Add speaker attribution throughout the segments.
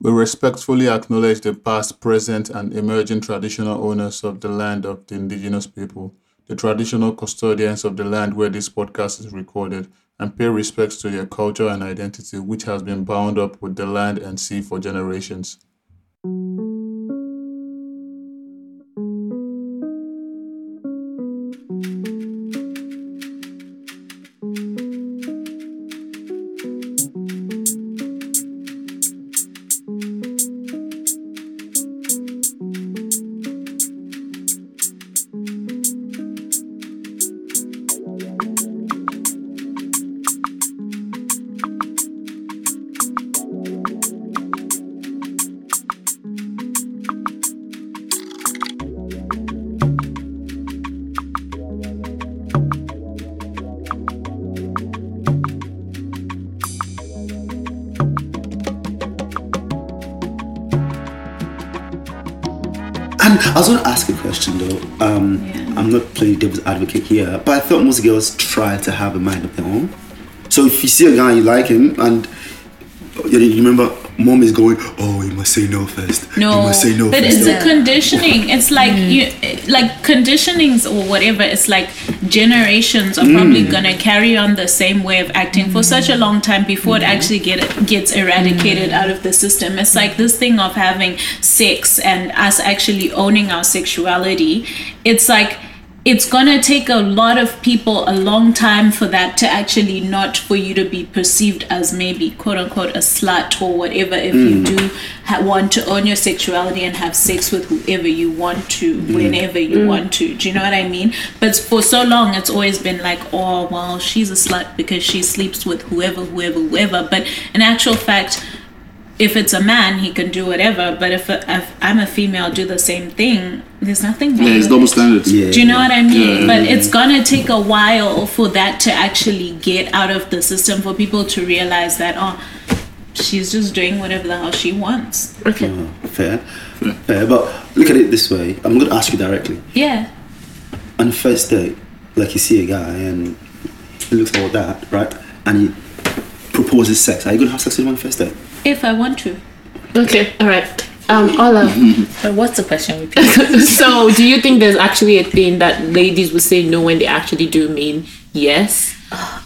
Speaker 1: We respectfully acknowledge the past, present, and emerging traditional owners of the land of the indigenous people, the traditional custodians of the land where this podcast is recorded, and pay respects to their culture and identity, which has been bound up with the land and sea for generations.
Speaker 2: And I was going to ask a question though. Um, I'm not playing devil's advocate here, but I thought most girls try to have a mind of their own. So if you see a guy you like him, and you you remember, mom is going, "Oh, you must say no first.
Speaker 3: No,
Speaker 2: you must say no
Speaker 3: but
Speaker 2: first.
Speaker 3: it's a conditioning. It's like you, like conditionings or whatever. It's like generations are
Speaker 2: Mm.
Speaker 3: probably gonna carry on the same way of acting for such a long time before
Speaker 2: Mm.
Speaker 3: it actually get gets eradicated out of the system. It's like this thing of having sex and us actually owning our sexuality. It's like it's gonna take a lot of people a long time for that to actually not for you to be perceived as maybe quote unquote a slut or whatever if you do ha- want to own your sexuality and have sex with whoever you want to whenever you want to do you know what i mean but for so long it's always been like oh well she's a slut because she sleeps with whoever whoever whoever but in actual fact if it's a man, he can do whatever. But if, if I'm a female, do the same thing. There's nothing. wrong
Speaker 4: Yeah, it's
Speaker 3: with
Speaker 4: double
Speaker 3: it.
Speaker 4: standards.
Speaker 2: Yeah.
Speaker 3: Do you know what I mean?
Speaker 4: Yeah.
Speaker 3: But it's gonna take a while for that to actually get out of the system for people to realize that oh, she's just doing whatever the hell she wants.
Speaker 5: Okay.
Speaker 2: Oh, fair, fair. But look at it this way. I'm going to ask you directly.
Speaker 3: Yeah.
Speaker 2: on the first date, like you see a guy and he looks all that, right? And he proposes sex. Are you gonna have sex with him on the first date?
Speaker 3: If I want to.
Speaker 5: Okay. All right. Um, Ola.
Speaker 6: But what's the question? Repeat.
Speaker 5: so, do you think there's actually a thing that ladies would say no when they actually do mean yes?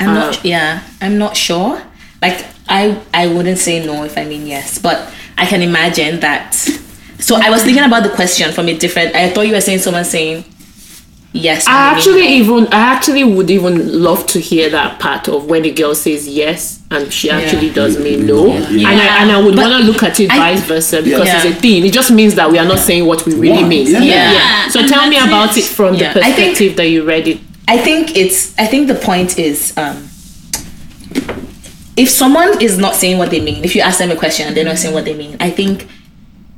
Speaker 6: I'm
Speaker 5: Uh,
Speaker 6: not. Yeah, I'm not sure. Like I, I wouldn't say no if I mean yes, but I can imagine that. So I was thinking about the question from a different. I thought you were saying someone saying yes.
Speaker 5: I
Speaker 6: and you mean
Speaker 5: actually even I actually would even love to hear that part of when a girl says yes and she actually does mean no, and I and I would
Speaker 6: But
Speaker 5: want to look at it
Speaker 6: I-
Speaker 5: vice versa because
Speaker 6: Yeah.
Speaker 5: it's a thing. It just means that we are not saying what we really
Speaker 2: Wow,
Speaker 5: mean.
Speaker 2: yeah.
Speaker 6: Yeah.
Speaker 5: So
Speaker 3: and
Speaker 5: tell me
Speaker 3: that's
Speaker 5: about it from
Speaker 6: Yeah. I
Speaker 5: the
Speaker 6: think-
Speaker 5: perspective that you read it.
Speaker 6: I think it's. I think the point is, um, if someone is not saying what they mean, if you ask them a question and they're not saying what they mean, I think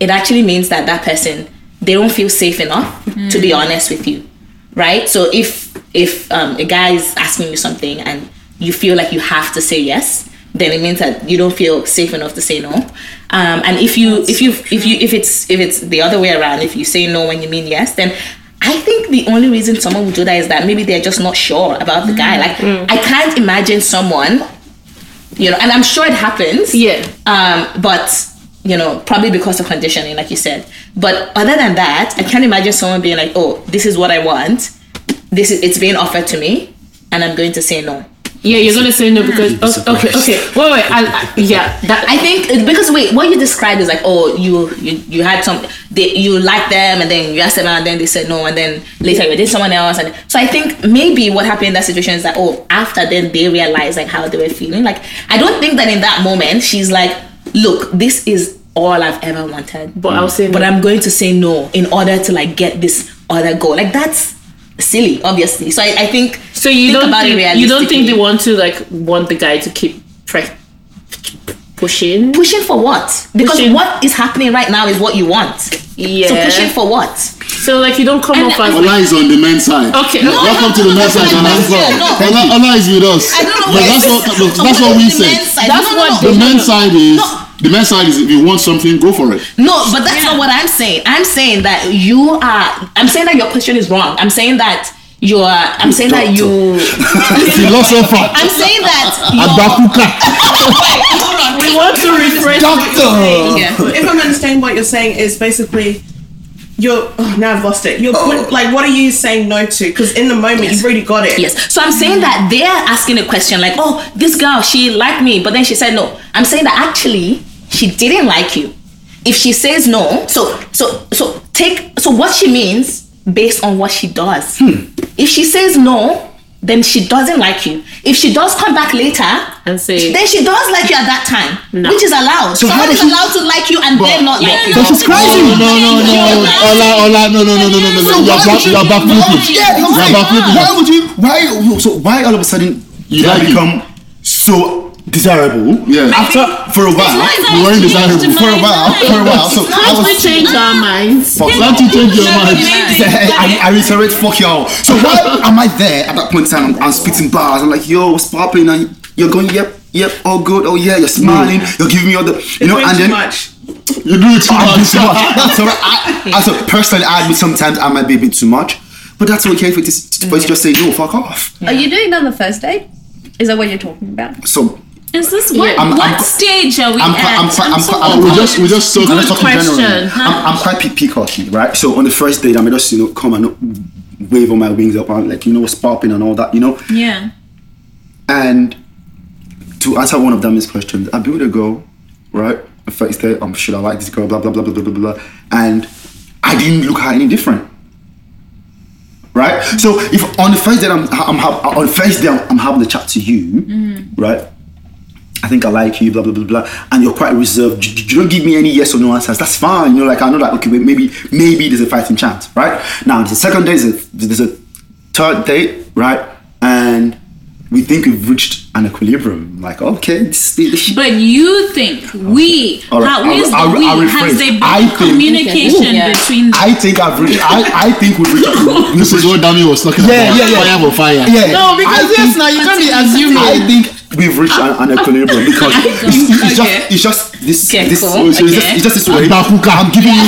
Speaker 6: it actually means that that person they don't feel safe enough to be honest with you, right? So if if um, a guy is asking you something and you feel like you have to say yes, then it means that you don't feel safe enough to say no. Um, and if you if you if you if it's if it's the other way around, if you say no when you mean yes, then I think the only reason someone would do that is that maybe they're just not sure about the guy. Like I can't imagine someone, you know, and I'm sure it happens.
Speaker 5: Yeah.
Speaker 6: Um, but you know, probably because of conditioning, like you said. But other than that, I can't imagine someone being like, "Oh, this is what I want. This is it's being offered to me, and I'm going to say no."
Speaker 5: Yeah, you're gonna say no because
Speaker 2: be
Speaker 5: oh, okay,
Speaker 2: surprised.
Speaker 5: okay. Wait, wait. I, I, yeah, that
Speaker 6: I think it- because wait, what you described is like, oh, you you, you had some, they, you liked them, and then you asked them, out, and then they said no, and then later you did someone else, and so I think maybe what happened in that situation is that oh, after then they realized like how they were feeling. Like I don't think that in that moment she's like, look, this is all I've ever wanted,
Speaker 5: But I'll say no.
Speaker 6: but I'm going to say no in order to like get this other goal. Like that's silly, obviously. So I, I think
Speaker 5: so you
Speaker 6: think
Speaker 5: don't
Speaker 6: about it
Speaker 5: think, you don't think they
Speaker 6: realistically.
Speaker 5: want to like want the guy to keep pre- pushing.
Speaker 6: pushing for what? Because
Speaker 5: Pushing-
Speaker 6: what is happening right now is what you want.
Speaker 5: Yeah.
Speaker 6: So pushing for what?
Speaker 5: So like you don't come
Speaker 3: And
Speaker 5: off as
Speaker 4: Ola is on the men's side.
Speaker 5: okay.
Speaker 4: Welcome to the men's side,
Speaker 6: no,
Speaker 4: Ola.
Speaker 6: no, no.
Speaker 4: Ola, Ola is with us.
Speaker 6: I don't know
Speaker 4: But
Speaker 6: where
Speaker 4: that's
Speaker 6: this-
Speaker 4: what, look, that's what we
Speaker 6: the
Speaker 4: say.
Speaker 6: men's side.
Speaker 5: That's
Speaker 6: no, no,
Speaker 5: what
Speaker 6: no,
Speaker 4: The men's side is
Speaker 6: No.
Speaker 4: the men's side is if you want something, go for it.
Speaker 6: no, but that's not what I'm saying. I'm saying that you are. I'm saying that your question is wrong. I'm saying that you're I'm saying that you
Speaker 4: Philosopher.
Speaker 6: I'm saying that you're
Speaker 4: Adakuka.
Speaker 5: We want to refresh.
Speaker 4: Doctor.
Speaker 6: Yeah.
Speaker 7: if I'm understanding what you're saying is basically you're oh, now I've lost it. You're
Speaker 2: Oh.
Speaker 7: put- like, what are you saying no to? Because in the moment you've already got it.
Speaker 6: Yes. So I'm saying that they're asking a question like, oh, this girl, she liked me, but then she said no. I'm saying that actually she didn't like you. If she says no, so so so take so what she means based on what she does. If she says no, then she doesn't like you. If she does come back later
Speaker 5: And say-
Speaker 6: then she does like you at that time, which is allowed. So
Speaker 4: how
Speaker 6: Someone
Speaker 4: does
Speaker 6: is
Speaker 4: she-
Speaker 6: allowed to like you and then not like you.
Speaker 4: But she's crazy. No, no, no. Ola, Ola, no, no, no, no, no, no. no.
Speaker 2: why
Speaker 4: You're back,
Speaker 2: would you-
Speaker 4: you're back looking.
Speaker 2: Yeah,
Speaker 4: You're
Speaker 2: exactly.
Speaker 4: back
Speaker 2: Why
Speaker 4: looking.
Speaker 2: would you? Why? So why all of a sudden you
Speaker 4: Yeah.
Speaker 2: now become so desirable?
Speaker 4: Yeah.
Speaker 2: After for a while, you weren't desirable for a while. For a while, so I
Speaker 5: Can't we
Speaker 2: was.
Speaker 5: change our minds?
Speaker 2: Fuck,
Speaker 4: Don't you change your mind.
Speaker 2: I, I reiterate, fuck y'all. So why am I there at that point in time? I'm, I'm spitting bars. I'm like, yo, what's popping? And you're going, yep, yep, all good. Oh yeah, you're smiling.
Speaker 4: Mm.
Speaker 2: You're giving me all the, you
Speaker 7: It's
Speaker 2: know,
Speaker 7: way
Speaker 2: and
Speaker 7: too
Speaker 2: then
Speaker 7: much.
Speaker 4: You do it too
Speaker 2: I do too much.
Speaker 4: much.
Speaker 2: That's all right. I, I, so personally, I admit sometimes I might be a bit too much, but that's okay if it is. But it's just say no, fuck off.
Speaker 8: Are you doing that on the first date? Is that what you're talking about?
Speaker 2: So
Speaker 3: Is this what,
Speaker 2: I'm-
Speaker 3: what
Speaker 2: I'm-
Speaker 3: stage are we
Speaker 2: I'm,
Speaker 3: at?
Speaker 2: I'm, I'm, I'm,
Speaker 3: so
Speaker 2: I'm,
Speaker 4: We
Speaker 2: I'm-
Speaker 4: just, we just
Speaker 2: I'm
Speaker 4: talk.
Speaker 2: just talking
Speaker 5: question,
Speaker 2: generally.
Speaker 5: huh?
Speaker 2: I'm, I'm quite pe- peacocky, right? So on the first date, I may just you know come and uh, wave all my wings up and like you know what's popping and all that, you know.
Speaker 3: yeah.
Speaker 2: And to answer one of Dami's questions, I've been with a girl, right? The first day, I'm sure I like this girl, blah, blah, blah, blah, blah, blah, blah. And I didn't look her any different. Right? So if on the first day I'm, I'm ha- on the first day I'm, I'm having a chat to you, right? I think I like you, blah blah blah blah, and you're quite reserved. You, you don't give me any yes or no answers. That's fine, you know. Like I know that okay, wait, maybe maybe there's a fighting chance, right? Now there's a second date, there's a, there's a third date, right? And we think we've reached an equilibrium. Like okay, this, this,
Speaker 3: But you think we,
Speaker 2: All right,
Speaker 3: how
Speaker 2: I'll-
Speaker 3: is the
Speaker 2: I'll-
Speaker 3: we,
Speaker 2: I'll rephrase.
Speaker 3: has there been
Speaker 2: I think-
Speaker 3: communication
Speaker 6: Yeah.
Speaker 3: between them?
Speaker 2: I think I've reached. I, I think we've reached. An,
Speaker 4: This is what Dami was talking
Speaker 2: Yeah,
Speaker 4: about.
Speaker 2: yeah, yeah.
Speaker 4: Fire for fire.
Speaker 2: yeah. I think-
Speaker 5: now you can't be assuming.
Speaker 2: I think we've reached an, an equilibrium because it's, it's
Speaker 3: Okay.
Speaker 2: just it's just this
Speaker 6: Okay,
Speaker 2: this
Speaker 6: cool.
Speaker 2: so it's, just,
Speaker 6: Okay.
Speaker 2: it's just this way.
Speaker 4: Adakuka.
Speaker 2: I'm giving you.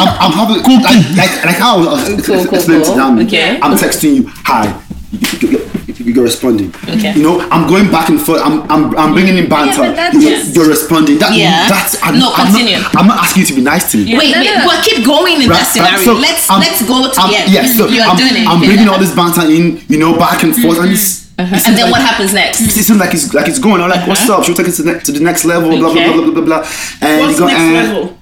Speaker 2: I'm, I'm having like, like like how I was uh,
Speaker 6: Cool, cool,
Speaker 2: explaining
Speaker 6: cool.
Speaker 2: to them.
Speaker 6: Okay.
Speaker 2: I'm texting you. Hi. You- you- you- You're responding.
Speaker 6: Okay.
Speaker 2: You know, I'm going back and forth. I'm I'm, I'm bringing in banter.
Speaker 8: but that's-
Speaker 2: you're,
Speaker 8: Yes.
Speaker 2: you're responding. That,
Speaker 6: Yeah.
Speaker 2: That's I'm,
Speaker 6: No,
Speaker 2: I'm
Speaker 6: continue.
Speaker 2: Not, I'm not asking you to be nice to me.
Speaker 6: Wait,
Speaker 8: no,
Speaker 6: wait,
Speaker 8: no.
Speaker 6: but keep going in
Speaker 2: Right,
Speaker 6: that scenario.
Speaker 2: right, so
Speaker 6: let's
Speaker 2: I'm-
Speaker 6: let's go to
Speaker 2: I'm-
Speaker 6: yeah.
Speaker 2: Yes, so
Speaker 6: you are
Speaker 2: I'm,
Speaker 6: doing it.
Speaker 2: I'm
Speaker 6: okay.
Speaker 2: bringing all this banter in, you know, back and forth, and it's, it
Speaker 6: And
Speaker 2: seems like-
Speaker 6: then what happens next?
Speaker 2: it seems like it's like it's going. I'm like, what's up? She'll take it to the, next- to the next level. Blah
Speaker 6: Okay.
Speaker 2: blah blah blah blah blah. And
Speaker 7: What's
Speaker 2: you go, Uh,
Speaker 7: next
Speaker 2: and
Speaker 7: level?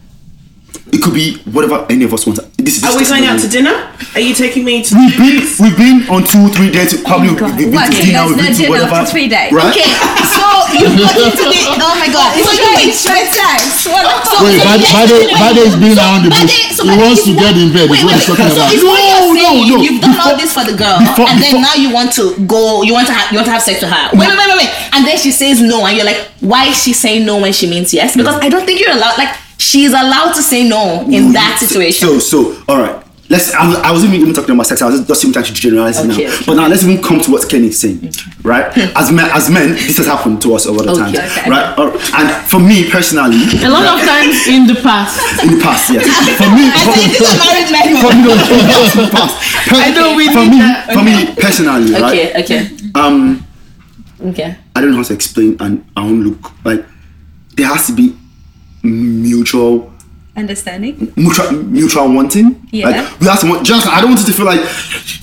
Speaker 2: It could be whatever any of us want. This is.
Speaker 7: Are we
Speaker 2: just-
Speaker 7: going out to dinner? Are you taking me to?
Speaker 2: We've been we've been on two three dates. Probably we've been
Speaker 8: What,
Speaker 2: to
Speaker 8: you
Speaker 2: dinner.
Speaker 8: guys
Speaker 2: We've been to
Speaker 8: did dinner
Speaker 2: whatever.
Speaker 8: for three days?
Speaker 2: Right.
Speaker 6: Okay, so you got into the oh my god, it's like
Speaker 8: Straight, straight sex. What the
Speaker 6: so, so
Speaker 4: Wait, Bade
Speaker 6: yes, wait,
Speaker 4: Bade is being around the
Speaker 6: Bade-
Speaker 4: bush.
Speaker 6: so
Speaker 4: He
Speaker 6: Bade,
Speaker 4: wants to
Speaker 6: it's
Speaker 4: get
Speaker 6: what-
Speaker 4: in bed.
Speaker 6: Wait,
Speaker 4: Is what
Speaker 6: wait,
Speaker 4: he's talking
Speaker 6: so
Speaker 4: about.
Speaker 6: it's what
Speaker 2: No,
Speaker 6: you're
Speaker 2: no,
Speaker 6: saying.
Speaker 2: no.
Speaker 6: You've done all
Speaker 2: Before-
Speaker 6: this for the girl,
Speaker 2: before-
Speaker 6: and then
Speaker 2: before-
Speaker 6: now you want to go. You want to have you want to have sex with her. Wait, wait, wait, wait, wait. And then she says no, and you're like, why is she saying no when she means yes? Because I don't think you're allowed. Like she's allowed to say no in that situation.
Speaker 2: So so all right. Let's. I, was- I wasn't even talking about sex. I was just, just even trying to generalize it
Speaker 6: Okay,
Speaker 2: now.
Speaker 6: okay.
Speaker 2: But now let's even come to what Kenny's saying, right? As men, as men, this has happened to us a lot of times,
Speaker 8: okay.
Speaker 2: right? Or- And for me personally,
Speaker 5: A lot of times in the past.
Speaker 2: in the past, yes. For me,
Speaker 6: I say this is a marriage
Speaker 2: for
Speaker 6: manual.
Speaker 2: me, no, for me, that's in the past. Per-
Speaker 5: I know we
Speaker 2: for
Speaker 5: need
Speaker 2: me,
Speaker 5: that.
Speaker 2: for me personally, right?
Speaker 6: Okay, okay,
Speaker 2: Um,
Speaker 6: okay.
Speaker 2: I don't know how to explain an outlook. Like there has to be mutual,
Speaker 8: Understanding?
Speaker 2: mutual, mutual wanting.
Speaker 8: Yeah.
Speaker 2: Like we have to want. Just I don't want it to feel like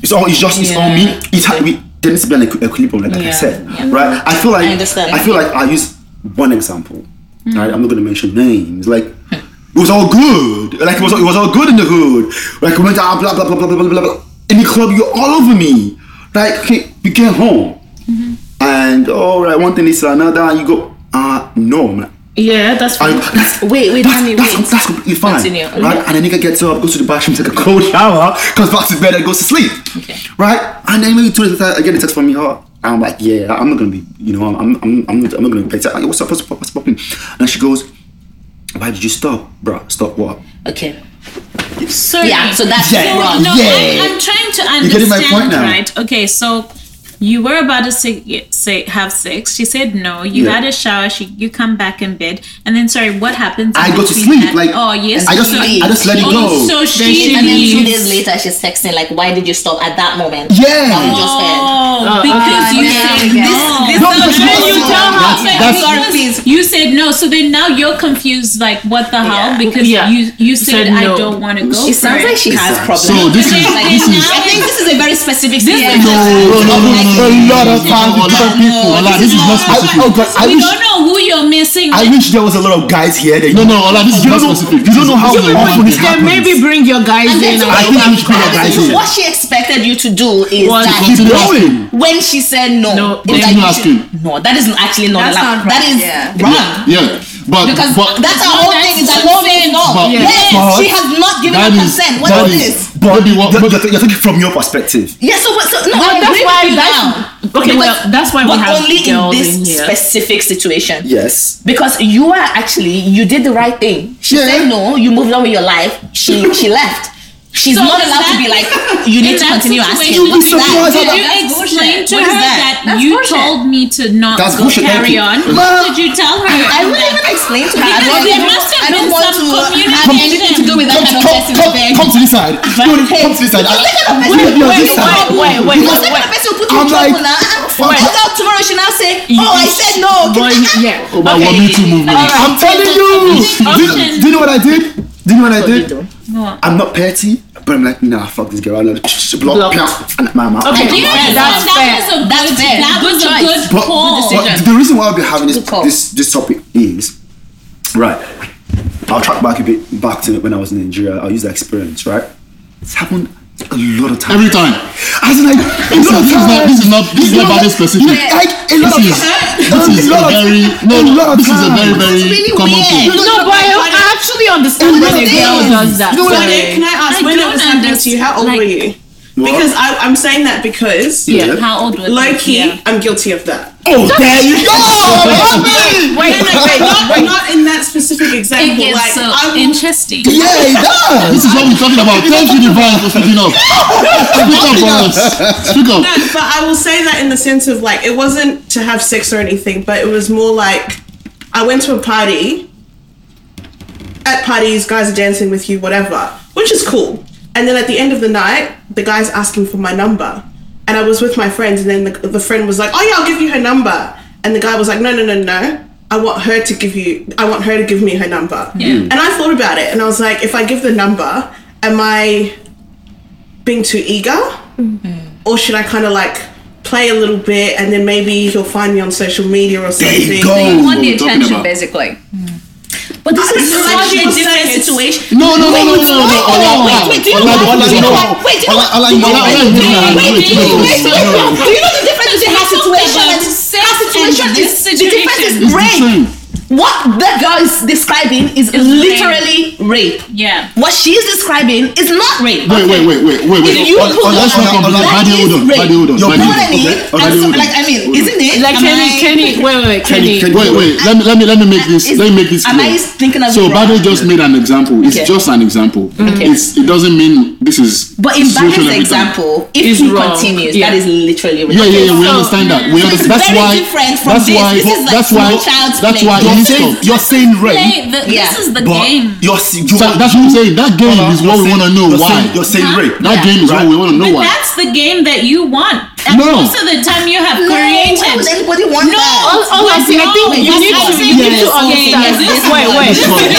Speaker 2: it's all. It's just. It's all me. It ha- we, there needs to be an equi- equilibrium, like, like I
Speaker 6: Yeah.
Speaker 2: said, right? I feel like
Speaker 6: I understand. Hmm.
Speaker 2: feel like I use one example. Right? I'm not going to mention names. Like. It was all good. Like it was, it was all good in the hood. Like we went out, blah blah blah blah blah blah blah. blah. In the club, you're all over me. Like okay, we get home,
Speaker 6: Mm-hmm.
Speaker 2: and all right, one thing leads to another, and you go, ah, uh, no, man.
Speaker 5: Yeah, that's
Speaker 2: I,
Speaker 5: fine.
Speaker 2: that's,
Speaker 6: Wait, wait,
Speaker 2: that's,
Speaker 6: Tammy,
Speaker 2: that's,
Speaker 6: wait.
Speaker 2: that's completely fine.
Speaker 6: Continue.
Speaker 2: Right? And the nigga gets up, goes to the bathroom, take a cold shower, comes back to bed and goes to sleep.
Speaker 6: Okay.
Speaker 2: Right? And then maybe two days later, I get a text from me, oh, I'm like, yeah, I'm not gonna be, you know, I'm, I'm, I'm, I'm not, I'm not gonna be better. Like, what's up, what's up, what's popping? And she goes, why did you stop, bruh? Stop what?
Speaker 6: Okay.
Speaker 3: Sorry.
Speaker 6: Yeah, so that's
Speaker 2: Yeah.
Speaker 3: no,
Speaker 6: wrong.
Speaker 3: Oh, no,
Speaker 2: Yeah.
Speaker 3: I, I'm trying to understand,
Speaker 2: You're getting my point now.
Speaker 3: right? Okay, so you were about to say, say have sex. She said no. You
Speaker 2: Yeah.
Speaker 3: had a shower. She you come back in bed, and then sorry, what happens?
Speaker 2: I
Speaker 3: in
Speaker 2: go to
Speaker 3: between
Speaker 2: sleep,
Speaker 3: that?
Speaker 2: like,
Speaker 3: oh yes,
Speaker 2: I just
Speaker 3: so-
Speaker 2: I, I just let it go.
Speaker 3: Oh, so she
Speaker 9: and then two
Speaker 3: leaves.
Speaker 9: days later, she's texting like, "Why did you stop at that moment?"
Speaker 2: Yeah.
Speaker 9: What you just said.
Speaker 3: Oh, because you
Speaker 10: yeah,
Speaker 3: said
Speaker 10: yeah.
Speaker 3: no.
Speaker 2: No, because
Speaker 3: then
Speaker 2: you
Speaker 3: you
Speaker 2: also-
Speaker 3: tell her,
Speaker 2: that's-
Speaker 3: like,
Speaker 2: that's-
Speaker 3: sorry, please. You said no, so then now you're confused. Like, what the hell? Because
Speaker 5: Yeah.
Speaker 3: you you said,
Speaker 5: Said
Speaker 3: I
Speaker 5: no.
Speaker 3: don't want to go.
Speaker 9: It sounds like she has problems.
Speaker 2: So this is
Speaker 3: Like,
Speaker 2: this is
Speaker 3: now-
Speaker 6: I think this is a very specific situation.
Speaker 2: no,
Speaker 4: No, no, no, no. A lot of times with different people. Ola, this is not
Speaker 2: I,
Speaker 4: specific.
Speaker 2: oh God, I
Speaker 3: we
Speaker 2: wish
Speaker 3: don't know who you're missing.
Speaker 2: I wish there was a lot of guys here. That
Speaker 4: No, no, Ola, this is
Speaker 2: you
Speaker 4: not
Speaker 2: don't know,
Speaker 4: specific.
Speaker 2: you don't know how
Speaker 5: You will
Speaker 2: often
Speaker 5: bring-
Speaker 2: this
Speaker 5: then
Speaker 2: happens.
Speaker 5: maybe bring your guys in.
Speaker 6: then-
Speaker 5: or-
Speaker 2: I think we should bring our guys in.
Speaker 6: What she expected you to do is
Speaker 5: Was
Speaker 6: that
Speaker 2: Keep going.
Speaker 6: when she said no,
Speaker 5: No,
Speaker 6: is
Speaker 4: then
Speaker 6: that you
Speaker 4: you ask
Speaker 6: should-
Speaker 4: him.
Speaker 6: no, that is actually not
Speaker 10: That's
Speaker 6: allowed.
Speaker 10: not
Speaker 6: That
Speaker 10: right,
Speaker 6: is
Speaker 10: yeah.
Speaker 6: wrong.
Speaker 4: Yeah, but
Speaker 6: Because
Speaker 4: but
Speaker 6: that's our whole thing is that no means no.
Speaker 4: But-
Speaker 6: Yes,
Speaker 2: but-
Speaker 6: she has not given
Speaker 4: that
Speaker 6: her
Speaker 4: is
Speaker 6: consent. What
Speaker 4: that
Speaker 6: is this?
Speaker 4: is but
Speaker 2: you're,
Speaker 4: what
Speaker 2: you're- you're thinking from your perspective.
Speaker 6: Yes, so, what- so no,
Speaker 5: But
Speaker 6: I
Speaker 5: that's
Speaker 6: agree
Speaker 5: why
Speaker 6: with you
Speaker 5: that's-
Speaker 6: now.
Speaker 5: okay, well, that's why we
Speaker 6: but
Speaker 5: have
Speaker 6: only in
Speaker 5: girls
Speaker 6: this
Speaker 5: in here.
Speaker 6: specific situation.
Speaker 2: Yes.
Speaker 6: Because you are actually you did the right thing. She
Speaker 2: Yeah.
Speaker 6: said no, you moved on with your life. She she left. She's
Speaker 3: So
Speaker 6: not
Speaker 3: is
Speaker 6: allowed
Speaker 3: that-
Speaker 6: to be like you
Speaker 3: in
Speaker 6: need to
Speaker 3: that
Speaker 6: continue asking.
Speaker 3: situation,
Speaker 6: What is
Speaker 2: surprised
Speaker 6: that?
Speaker 2: how
Speaker 3: Did you explain to her
Speaker 6: What is that?
Speaker 3: that,
Speaker 10: That's
Speaker 3: you
Speaker 10: bullshit.
Speaker 3: told me to not
Speaker 2: That's
Speaker 3: go
Speaker 2: bullshit, thank
Speaker 3: carry
Speaker 2: you.
Speaker 3: on?
Speaker 2: Ma-
Speaker 3: Did you tell her?
Speaker 6: I wouldn't
Speaker 3: that?
Speaker 6: even explain to her. I
Speaker 3: Because
Speaker 6: don't,
Speaker 3: there
Speaker 6: I
Speaker 3: must
Speaker 6: don't,
Speaker 3: have
Speaker 6: I don't
Speaker 3: been some
Speaker 6: want to uh, have
Speaker 3: communication.
Speaker 6: anything to do with that
Speaker 2: Come,
Speaker 6: kind of
Speaker 2: come,
Speaker 6: person.
Speaker 2: come, come to this side. No, no, come to this side. I-
Speaker 6: Wait,
Speaker 2: you're
Speaker 6: wait,
Speaker 2: this side.
Speaker 5: wait, wait, wait,
Speaker 6: Because
Speaker 5: wait,
Speaker 6: that kind of
Speaker 5: wait.
Speaker 6: person will put you in
Speaker 2: I'm like,
Speaker 6: trouble now.
Speaker 2: fuck.
Speaker 6: What's up tomorrow? She now say, oh, I said no.
Speaker 5: But yeah.
Speaker 4: Oh, but what me too movement.
Speaker 2: I'm telling you. Do you- do you know what I did? Do you know what I did? I'm not petty, but I'm like, nah, fuck this girl. I'm like, block,
Speaker 5: Block.
Speaker 2: block, and my mouth.
Speaker 5: Okay.
Speaker 3: Yes,
Speaker 5: That's
Speaker 3: that
Speaker 5: fair.
Speaker 3: was a good,
Speaker 6: fair.
Speaker 3: that
Speaker 6: Good
Speaker 3: was a
Speaker 6: choice.
Speaker 3: good
Speaker 2: But,
Speaker 3: call.
Speaker 2: but the reason why we're having this,
Speaker 6: Good call.
Speaker 2: this this topic is right. I'll track back a bit back to when I was in Nigeria. I'll use that experience. Right, it's happened a lot of times.
Speaker 4: every time.
Speaker 2: As in, like a
Speaker 4: This
Speaker 2: lot of
Speaker 4: is not
Speaker 2: times.
Speaker 4: this is not this is
Speaker 2: You know
Speaker 4: not very
Speaker 2: that-
Speaker 4: specific.
Speaker 2: Like a lot
Speaker 4: This is
Speaker 2: of
Speaker 4: this
Speaker 2: a
Speaker 4: is a
Speaker 2: lot of-
Speaker 4: very
Speaker 2: a
Speaker 4: no
Speaker 2: lot
Speaker 4: no
Speaker 2: of
Speaker 4: this is a very
Speaker 2: times.
Speaker 4: very common thing.
Speaker 5: No, but I actually understand when a girl does that.
Speaker 7: No, like,
Speaker 5: Sorry.
Speaker 7: can I ask
Speaker 3: I
Speaker 7: when it
Speaker 3: don't
Speaker 7: was happening to you? How old
Speaker 3: understand,
Speaker 7: were you?
Speaker 2: What?
Speaker 7: Because I, I'm saying that because
Speaker 2: Yeah.
Speaker 3: How old was
Speaker 7: low
Speaker 3: I?
Speaker 7: key,
Speaker 3: Yeah.
Speaker 7: I'm guilty of that.
Speaker 2: Oh, there you go.
Speaker 7: Wait, no, no, wait, not, not in that specific
Speaker 3: It
Speaker 7: example.
Speaker 3: gets
Speaker 7: Like,
Speaker 3: so
Speaker 7: I will,
Speaker 3: interesting.
Speaker 2: Yeah, it does.
Speaker 4: This is what we're talking about. Thank you, Divine, for speaking up. Speak up for us. Speak up.
Speaker 7: no, but I will say that in the sense of like it wasn't to have sex or anything, but it was more like I went to a party. At parties, guys are dancing with you, whatever, which is cool. And then at the end of the night, the guy's asking for my number, and I was with my friends, and then the, the friend was like, "Oh yeah, I'll give you her number," and the guy was like, "No, no, no, no." I want her to give you. I want her to give me her number. And I thought about it, and I was like, if I give the number, am I being too eager? or should I kind of like play a little bit and then maybe he'll find me on social media or something?
Speaker 2: There you go.
Speaker 10: You want the
Speaker 2: We're talking
Speaker 10: attention,
Speaker 2: about-
Speaker 10: basically.
Speaker 6: But this is such
Speaker 7: That's
Speaker 6: a
Speaker 7: what I'm
Speaker 6: different
Speaker 7: saying.
Speaker 6: situation.
Speaker 4: No, no, no, no, no, no, no. Ola,
Speaker 6: Wait, wait, do you know
Speaker 4: Ola,
Speaker 6: what?
Speaker 4: Ola,
Speaker 6: Do you know
Speaker 4: no.
Speaker 6: what? Wait, do you know
Speaker 4: Ola,
Speaker 6: what?
Speaker 4: Ola,
Speaker 6: Do you
Speaker 4: no,
Speaker 6: know
Speaker 4: Ola,
Speaker 6: what?
Speaker 4: no, no, no,
Speaker 6: Wait,
Speaker 4: wait,
Speaker 6: do you-
Speaker 4: no.
Speaker 6: wait, do you know- do you know the difference between her situation and her situation
Speaker 3: and
Speaker 6: is
Speaker 3: this
Speaker 6: the difference is
Speaker 3: situation.
Speaker 4: It's the
Speaker 6: rape.
Speaker 4: same.
Speaker 6: What the girl is describing is literally rape.
Speaker 3: Yeah.
Speaker 6: What she is describing is not rape.
Speaker 4: Wait, wait, wait, wait, wait, wait.
Speaker 6: If you
Speaker 4: Ola,
Speaker 6: put
Speaker 4: Ola, let's
Speaker 6: on-
Speaker 4: not complicate.
Speaker 6: that
Speaker 4: Bade,
Speaker 6: is
Speaker 4: hold on.
Speaker 6: rape.
Speaker 4: Bade, hold on.
Speaker 2: Your
Speaker 6: You
Speaker 4: Bade,
Speaker 6: know
Speaker 4: hold
Speaker 6: what
Speaker 4: on.
Speaker 6: I mean?
Speaker 2: Okay.
Speaker 6: And
Speaker 2: Okay,
Speaker 6: so,
Speaker 2: hold on.
Speaker 6: like, I mean, isn't it?
Speaker 5: Like
Speaker 6: am
Speaker 5: Kenny,
Speaker 6: I-
Speaker 5: Kenny, wait, wait, wait, Kenny.
Speaker 2: Kenny,
Speaker 4: Wait, wait. Let me, let me, let me make this.
Speaker 6: Is-
Speaker 4: Let me make this
Speaker 6: am I
Speaker 4: clear.
Speaker 6: thinking of
Speaker 4: So
Speaker 6: it wrong?
Speaker 4: Bade just made an example. It's
Speaker 6: Okay. Mm-hmm.
Speaker 4: just an example. It's, it doesn't mean this is.
Speaker 6: But in
Speaker 4: situation
Speaker 6: Barry's
Speaker 4: every time.
Speaker 6: example, if
Speaker 5: It's
Speaker 6: he
Speaker 5: wrong.
Speaker 6: continues,
Speaker 5: Yeah.
Speaker 6: that is literally rape.
Speaker 4: Yeah, yeah, yeah. We understand that. We
Speaker 6: So it's
Speaker 4: understand. That's
Speaker 6: very
Speaker 4: why.
Speaker 6: different from
Speaker 4: That's
Speaker 6: this.
Speaker 4: why.
Speaker 6: This is like
Speaker 4: That's why.
Speaker 6: small child's
Speaker 4: That's
Speaker 6: play.
Speaker 4: why. it
Speaker 2: You're
Speaker 4: needs
Speaker 2: saying,
Speaker 4: stop.
Speaker 2: you're saying rape,
Speaker 3: Hey, the,
Speaker 6: Yeah.
Speaker 3: This is the
Speaker 2: but
Speaker 3: game.
Speaker 2: you're s- you
Speaker 4: So
Speaker 2: are-
Speaker 4: that's what I'm saying. That game is what
Speaker 2: you're
Speaker 4: we
Speaker 2: saying-
Speaker 4: want to know.
Speaker 2: you're
Speaker 4: Why?
Speaker 2: saying- You're saying rape.
Speaker 4: That game is what we want to know.
Speaker 3: But
Speaker 4: Why?
Speaker 3: that's the game that you want. And
Speaker 4: No.
Speaker 3: most of the time you have
Speaker 6: No, why would
Speaker 3: created.
Speaker 6: anybody
Speaker 5: All,
Speaker 6: want that?
Speaker 5: all I see, I think you need to, you need to understand.
Speaker 6: Yes.
Speaker 5: Wait, wait,
Speaker 4: That's why-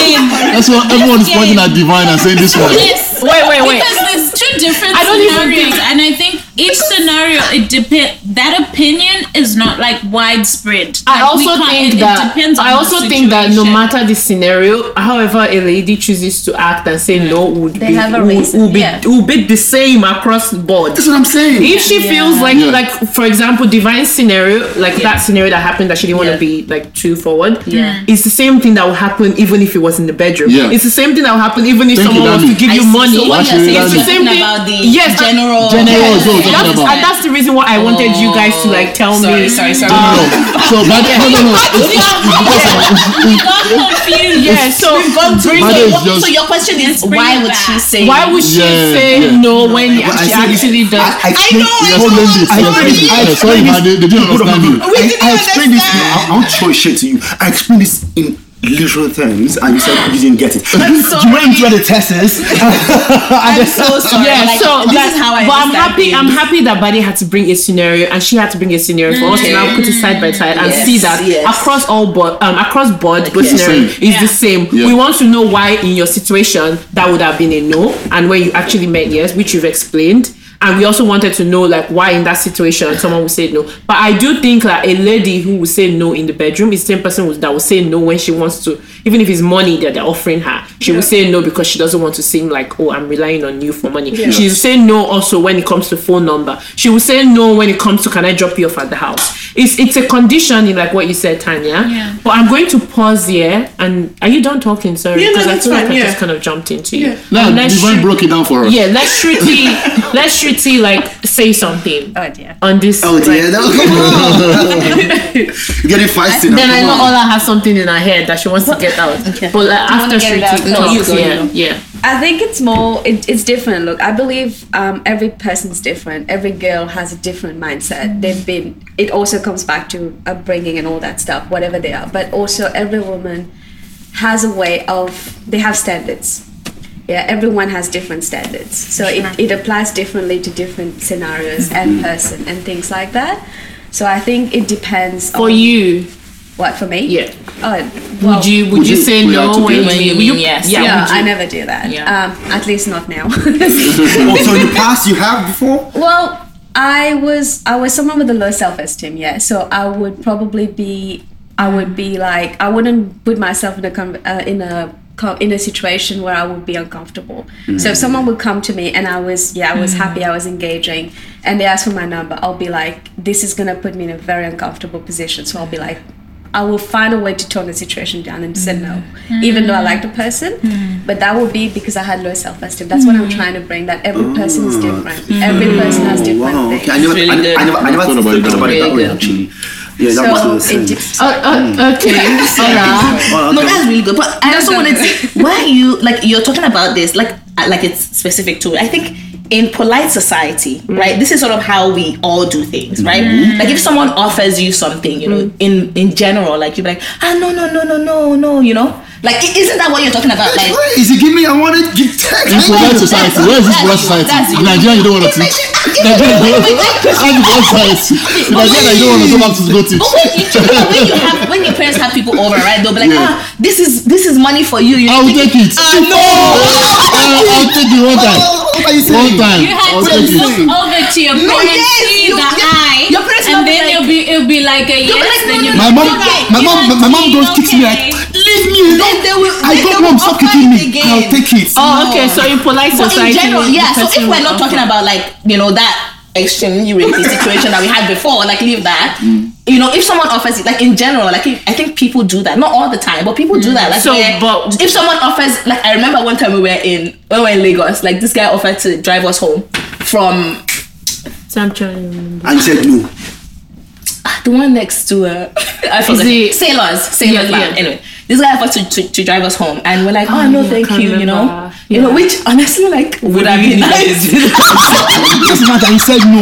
Speaker 4: That's why everyone is pointing at divine and saying this one.
Speaker 3: Yes.
Speaker 5: wait, wait, wait.
Speaker 3: Because there's two different
Speaker 5: I don't even
Speaker 3: scenarios, and I think each scenario it depend. That opinion is not like widespread.
Speaker 5: I
Speaker 3: Like, we
Speaker 5: also
Speaker 3: can't-
Speaker 5: think
Speaker 3: it- it
Speaker 5: that
Speaker 3: depends on
Speaker 5: I
Speaker 3: the
Speaker 5: also think that no
Speaker 3: situation.
Speaker 5: matter the scenario, however a lady chooses to act and say
Speaker 3: Mm.
Speaker 5: no would
Speaker 10: They
Speaker 5: be
Speaker 10: have a
Speaker 5: would,
Speaker 10: reason,
Speaker 5: would be
Speaker 10: yeah.
Speaker 5: would be the same across the board.
Speaker 2: That's what I'm saying.
Speaker 5: If she feels like
Speaker 4: Yeah.
Speaker 5: like for example divine scenario like that scenario that happened that she didn't
Speaker 6: Yeah.
Speaker 5: want to be like too forward
Speaker 6: Yeah.
Speaker 5: it's the same thing that will happen even if it was in the bedroom
Speaker 4: Yeah.
Speaker 5: it's the same thing that will happen even if
Speaker 4: Thank you,
Speaker 5: someone was to
Speaker 4: Dami.
Speaker 5: give
Speaker 6: I
Speaker 5: you
Speaker 6: see.
Speaker 5: money
Speaker 6: So what
Speaker 4: Actually,
Speaker 6: you're saying
Speaker 4: that's
Speaker 6: is
Speaker 4: the
Speaker 6: you're
Speaker 5: same
Speaker 6: talking
Speaker 5: thing.
Speaker 6: about the
Speaker 5: Yes,
Speaker 6: general.
Speaker 4: General is what we're
Speaker 5: that's,
Speaker 4: talking about.
Speaker 5: and that's the reason why I wanted you you guys to like tell me.
Speaker 6: Sorry, sorry, sorry.
Speaker 4: Uh, So, but no, no, no. It's, it's, it's because of,
Speaker 5: We got confused. Yeah, so bring
Speaker 4: Mother
Speaker 5: it-
Speaker 4: is just.
Speaker 6: So your question is,
Speaker 5: bring
Speaker 6: why
Speaker 5: it
Speaker 6: would she
Speaker 5: back.
Speaker 6: say?
Speaker 5: Why would she
Speaker 4: Yeah,
Speaker 5: say
Speaker 4: yeah.
Speaker 5: no when
Speaker 2: But
Speaker 5: she
Speaker 2: said it-
Speaker 5: actually does?
Speaker 2: I, I, explained-
Speaker 4: You're holding this. You're holding this. Yeah, Sorry, but they, they didn't understand you.
Speaker 2: I, I explained this to you. I, I want to show shit to you. I explained this in literal terms, and you said you didn't get it. You went into the tests.
Speaker 6: I'm so sorry.
Speaker 5: Yeah,
Speaker 6: like,
Speaker 5: so
Speaker 6: this
Speaker 5: like,
Speaker 6: is how I.
Speaker 5: but I'm
Speaker 6: understand
Speaker 5: happy.
Speaker 6: things.
Speaker 5: I'm happy that Buddy had to bring a scenario, and she had to bring a scenario for us to now put it side by side and
Speaker 6: Yes,
Speaker 5: see that
Speaker 6: Mm. yes.
Speaker 5: across all board, um, across board, both
Speaker 2: the
Speaker 5: scenario
Speaker 2: same.
Speaker 5: is the same.
Speaker 4: Yeah.
Speaker 5: We want to know why in your situation that would have been a no, and when you actually meant yes, which you've explained. And we also wanted to know like why in that situation someone would say no. But I do think that a lady who will say no in the bedroom is the same person who- that will say no when she wants to, even if it's money that they're offering her, she will say no because she doesn't want to seem like, oh, I'm relying on you for money. She will say no also when it comes to phone number. She will say no when it comes to can I drop you off at the house. It's it's a conditioning like what you said, Tanya.
Speaker 3: Yeah.
Speaker 5: But I'm going to pause here and are you done talking? Sorry,
Speaker 7: Yeah, no,
Speaker 5: because I
Speaker 7: that's
Speaker 5: feel like
Speaker 7: fine,
Speaker 5: I
Speaker 7: yeah.
Speaker 5: just kind of jumped into you.
Speaker 4: Now,
Speaker 5: Um, let's
Speaker 4: Divine
Speaker 5: shoot-
Speaker 4: broke it down for us.
Speaker 5: yeah, let's shruti let's shruti like say something
Speaker 8: Oh dear.
Speaker 5: on this.
Speaker 2: Oh dear, no, come on. You're getting feisty now.
Speaker 5: Then I
Speaker 2: come
Speaker 5: know
Speaker 2: on.
Speaker 5: Ola has something in her head that she wants to get out. But like, after
Speaker 8: get it out?
Speaker 5: shruti
Speaker 8: No,
Speaker 5: talks,
Speaker 8: you go,
Speaker 5: yeah, yeah.
Speaker 8: I think it's more. It, it's different. Look, I believe um, every person's different. Every girl has a different mindset. They've been. It also comes back to upbringing and all that stuff, whatever they are. But also, every woman has a way of. They have standards. Yeah, everyone has different standards, so it, it applies differently to different scenarios and
Speaker 5: Mm-hmm.
Speaker 8: person and things like that. So I think it depends
Speaker 5: For
Speaker 8: on
Speaker 5: you,
Speaker 8: what for me.
Speaker 5: yeah.
Speaker 8: Oh, well,
Speaker 5: would you would, you,
Speaker 2: you-
Speaker 5: say
Speaker 2: would you have
Speaker 5: no
Speaker 2: to
Speaker 5: when
Speaker 2: do
Speaker 5: you,
Speaker 6: it? When you mean yes.
Speaker 5: Yeah,
Speaker 8: Yeah,
Speaker 5: would you-
Speaker 8: I never do that.
Speaker 6: Yeah.
Speaker 8: Um, at least not now.
Speaker 2: Oh, so in the past you have before?
Speaker 8: well, I was I was someone with a low self esteem, yeah. So I would probably be I would be like I wouldn't put myself in a con- uh, in a co- in a situation where I would be uncomfortable. So if someone would come to me and I was yeah I was happy I was engaging and they asked for my number, I'll be like this is gonna put me in a very uncomfortable position. So I'll be like I will find a way to tone the situation down and say no, even though I like the person. But that would be because I had low self esteem. That's what I'm trying to bring. That every person is different. Every person has
Speaker 2: Oh,
Speaker 8: different
Speaker 2: wow.
Speaker 8: things.
Speaker 2: Okay, I never,
Speaker 6: It's really
Speaker 2: I,
Speaker 6: good.
Speaker 2: I never, I never thought about it that way, actually. Yeah, that was the
Speaker 8: so
Speaker 2: same.
Speaker 8: it just,
Speaker 5: Oh,
Speaker 3: Uh,
Speaker 2: Hmm.
Speaker 3: uh, okay. Alright.
Speaker 2: Oh,
Speaker 6: No,
Speaker 2: okay.
Speaker 6: that's really good. But I also wanted to. Why are you like you're talking about this like uh, like it's specific to? I think in polite society,
Speaker 4: Mm.
Speaker 6: right? This is sort of how we all do things, right? Like if someone offers you something, you know,
Speaker 4: Mm.
Speaker 6: in in general, like you're like, ah, no, no, no, no, no, no, you know, like i- isn't that what you're talking about? Like.
Speaker 2: Why is it give me? I want it. Give
Speaker 4: In
Speaker 2: text.
Speaker 4: polite society, where is this polite society? In Nigeria, you don't want to teach.
Speaker 6: ah,
Speaker 4: Nigeria, you don't want to teach. That's the polite society. In Nigeria, you don't want to go back to go teach.
Speaker 6: But when you, when you have when your parents have people over, right? They'll be like,
Speaker 4: Yeah.
Speaker 6: ah, this is this is money for you. You
Speaker 4: I'll take it.
Speaker 6: Ah, no.
Speaker 4: I'll I'll take it one time.
Speaker 2: What are you
Speaker 4: One
Speaker 2: saying?
Speaker 4: time.
Speaker 5: You had
Speaker 4: I'll
Speaker 5: to
Speaker 4: take
Speaker 5: look
Speaker 4: it.
Speaker 5: over to your parents,
Speaker 6: yes,
Speaker 5: see
Speaker 6: you-
Speaker 5: the
Speaker 6: yeah,
Speaker 5: eye,
Speaker 6: your parents will
Speaker 5: and
Speaker 6: be
Speaker 5: then
Speaker 6: like-
Speaker 5: it'll be it'll be like a yes.
Speaker 6: be like,
Speaker 5: then
Speaker 6: no,
Speaker 5: you'll
Speaker 6: no,
Speaker 4: My
Speaker 5: be
Speaker 4: mom,
Speaker 5: like, okay,
Speaker 4: my
Speaker 5: you
Speaker 4: mom,
Speaker 5: have
Speaker 4: my mom
Speaker 5: to
Speaker 4: goes
Speaker 5: be
Speaker 4: kick me like,
Speaker 5: okay.
Speaker 4: leave me.
Speaker 6: Then they will.
Speaker 4: I
Speaker 6: then
Speaker 4: got
Speaker 6: they will
Speaker 4: mom, stop
Speaker 6: offer
Speaker 4: kicking
Speaker 6: it
Speaker 4: me.
Speaker 6: Again.
Speaker 4: I'll take it.
Speaker 5: Oh, okay. So in polite
Speaker 6: But
Speaker 5: society,
Speaker 6: in general, yeah.
Speaker 5: the
Speaker 6: So if
Speaker 5: person
Speaker 6: we're
Speaker 5: will
Speaker 6: not
Speaker 5: offer-
Speaker 6: talking about like you know that extremely rapey situation that we had before, like leave that.
Speaker 5: Mm.
Speaker 6: You know, if someone offers it, like in general, like I think people do that. Not all the time, but people do that. Like
Speaker 5: Mm. So,
Speaker 6: where-
Speaker 5: but-
Speaker 6: if someone offers, like I remember one time we were in when we were in Lagos, like this guy offered to drive us home from
Speaker 5: So I'm trying to remember.
Speaker 2: And you said no.
Speaker 6: ah, the one next to uh, I forgot.
Speaker 5: it-
Speaker 6: Sailors,
Speaker 5: Yeah,
Speaker 6: Sailors. Bar.
Speaker 5: yeah.
Speaker 6: Anyway, this guy offered to, to, to drive us home, and we're like, oh, no,
Speaker 5: yeah,
Speaker 6: thank
Speaker 5: can't
Speaker 6: you, you know,
Speaker 5: remember.
Speaker 6: you know,
Speaker 5: Yeah.
Speaker 6: which honestly, like, would have been nice.
Speaker 2: It doesn't matter. You said no.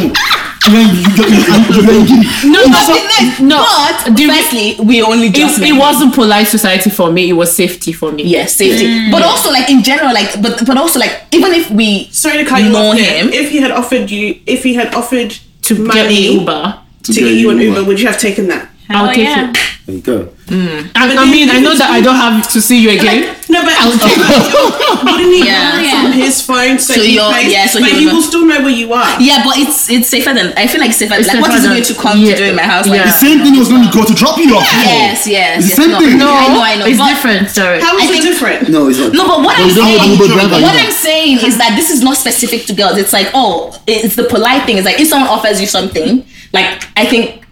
Speaker 2: And then you- you- you- you- you- you-
Speaker 5: No, no, no.
Speaker 6: But
Speaker 5: Do you-
Speaker 6: firstly, we only just
Speaker 5: it,
Speaker 6: met.
Speaker 5: it wasn't polite society for me. It was safety for me.
Speaker 6: yes safety,
Speaker 5: Mm.
Speaker 6: but also like in general, like but but also like even if we
Speaker 7: Sorry to cut you
Speaker 6: Know
Speaker 7: off.
Speaker 6: him.
Speaker 7: Him. If he had offered you, if he had offered
Speaker 5: To get me
Speaker 7: money
Speaker 5: Uber.
Speaker 7: to get you an Uber, would you have taken that?
Speaker 5: I'll take
Speaker 3: yeah.
Speaker 5: it.
Speaker 2: There you go.
Speaker 5: I, I mean, I know that I don't have to see you again.
Speaker 7: No, but wouldn't he
Speaker 6: Yeah.
Speaker 7: yeah. from his phone? So,
Speaker 6: So
Speaker 7: he
Speaker 6: you're-
Speaker 7: pays,
Speaker 6: yeah, so
Speaker 7: but
Speaker 6: he
Speaker 7: he
Speaker 6: will-
Speaker 7: will still know where you are.
Speaker 6: yeah, but it's it's safer than I feel like safer. like what
Speaker 5: safer
Speaker 6: is
Speaker 5: than-
Speaker 6: going to come
Speaker 5: yeah,
Speaker 6: to do in my house? Like,
Speaker 5: yeah.
Speaker 2: Same thing was going to go to drop you off.
Speaker 6: Yes, yes,
Speaker 2: It's
Speaker 6: yes.
Speaker 2: the same
Speaker 6: no,
Speaker 2: thing.
Speaker 6: I know, I know.
Speaker 5: It's
Speaker 6: but-
Speaker 5: different. Sorry.
Speaker 7: How is
Speaker 6: I
Speaker 7: it
Speaker 6: think-
Speaker 7: different?
Speaker 2: No, it's not.
Speaker 6: No, but what I'm
Speaker 4: You don't have
Speaker 6: saying,
Speaker 4: Uber driver.
Speaker 6: what
Speaker 4: either.
Speaker 6: I'm saying is that this is not specific to girls. It's like, oh, it's the polite thing. It's like if someone offers you something, like I think,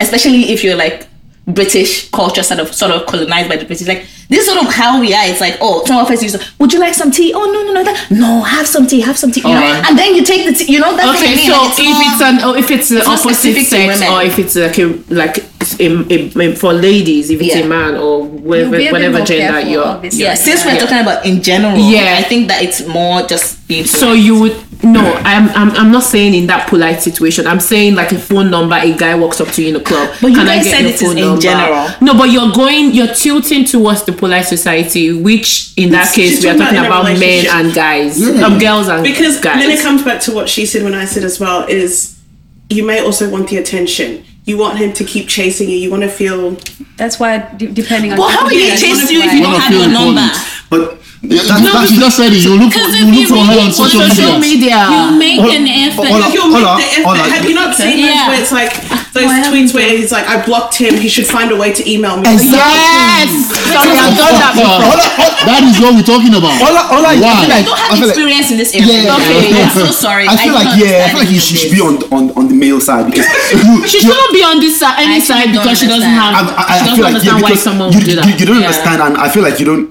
Speaker 6: especially if you're like British culture sort of sort of colonized by the British. Like this is sort of how we are. It's like oh, someone first used to, would you like some tea? Oh no no no that, no have some tea have some tea. You know?
Speaker 5: Alright.
Speaker 6: And then you take the tea. You know that's
Speaker 5: Okay,
Speaker 6: what I mean.
Speaker 5: so
Speaker 6: Like,
Speaker 5: if it's an or if it's the
Speaker 6: not
Speaker 5: opposite
Speaker 6: specific to
Speaker 5: sex
Speaker 6: women.
Speaker 5: or if it's like a like a, a, a, for ladies, if it's
Speaker 6: Yeah.
Speaker 5: a man or
Speaker 8: You'll
Speaker 5: whatever
Speaker 8: be a bit
Speaker 5: whatever
Speaker 8: more
Speaker 5: gender
Speaker 8: careful,
Speaker 5: you're.
Speaker 8: obviously.
Speaker 6: yeah, since we're
Speaker 5: Yeah.
Speaker 6: talking about in general,
Speaker 5: Yeah.
Speaker 6: I think that it's more just being
Speaker 5: So you would no, I'm, I'm I'm not saying in that polite situation. I'm saying like a phone number. A guy walks up to you in a club.
Speaker 6: But you
Speaker 5: Can I
Speaker 6: guys
Speaker 5: get
Speaker 6: said
Speaker 5: your
Speaker 6: it is
Speaker 5: phone
Speaker 6: in
Speaker 5: number?"
Speaker 6: general.
Speaker 5: No, but you're going, you're tilting towards the polite society, which in that
Speaker 7: It's-
Speaker 5: case
Speaker 7: she's
Speaker 5: we are
Speaker 7: talking
Speaker 5: talking
Speaker 7: about
Speaker 5: about
Speaker 7: in a
Speaker 5: men
Speaker 7: relationship.
Speaker 5: and guys, um, girls and
Speaker 7: because
Speaker 5: guys.
Speaker 7: then it comes back to what she said when I said as well is you may also want the attention. You want him to keep chasing you. You want to feel
Speaker 2: Oh,
Speaker 8: That's why, de- depending on.
Speaker 6: Well, how will you
Speaker 8: Yeah,
Speaker 6: chase
Speaker 8: that's
Speaker 6: you if you don't
Speaker 8: why.
Speaker 4: One
Speaker 6: have
Speaker 4: of
Speaker 6: your
Speaker 4: your
Speaker 6: number?
Speaker 4: opponents.
Speaker 2: But
Speaker 4: Yeah, that, that, you just said it. You look for, you look for her on social media.
Speaker 5: media.
Speaker 3: You make
Speaker 2: Hold-
Speaker 3: an effort.
Speaker 2: hold on.
Speaker 7: Like, you'll make
Speaker 2: Hold
Speaker 7: the effort.
Speaker 2: hold on.
Speaker 7: Have you not seen those
Speaker 3: Yeah.
Speaker 7: where it's like those tweets where he's like, I blocked him, he should find a way to email me.
Speaker 5: Yes, sorry, I've done that before.
Speaker 4: that is what we're talking about.
Speaker 2: All I, all I, I
Speaker 4: Why?
Speaker 2: feel like, I
Speaker 6: don't
Speaker 2: feel
Speaker 6: have
Speaker 2: like-
Speaker 6: experience in this area.
Speaker 2: Yeah.
Speaker 6: Okay, I'm so sorry.
Speaker 2: I feel
Speaker 6: don't
Speaker 2: like yeah, I feel
Speaker 6: understand
Speaker 2: like
Speaker 6: any
Speaker 2: you
Speaker 6: of
Speaker 2: should,
Speaker 6: this.
Speaker 2: be on, on on the male side because you,
Speaker 5: She
Speaker 2: you-
Speaker 5: shouldn't be on this side, any
Speaker 6: I
Speaker 5: side because
Speaker 6: actually don't
Speaker 5: she doesn't
Speaker 6: understand.
Speaker 5: have.
Speaker 2: I, I,
Speaker 5: she
Speaker 2: I
Speaker 5: doesn't
Speaker 2: feel like yeah,
Speaker 5: understand why
Speaker 2: because
Speaker 5: someone
Speaker 2: you,
Speaker 5: would do
Speaker 2: you-
Speaker 5: that.
Speaker 2: you don't understand, and I feel like you don't.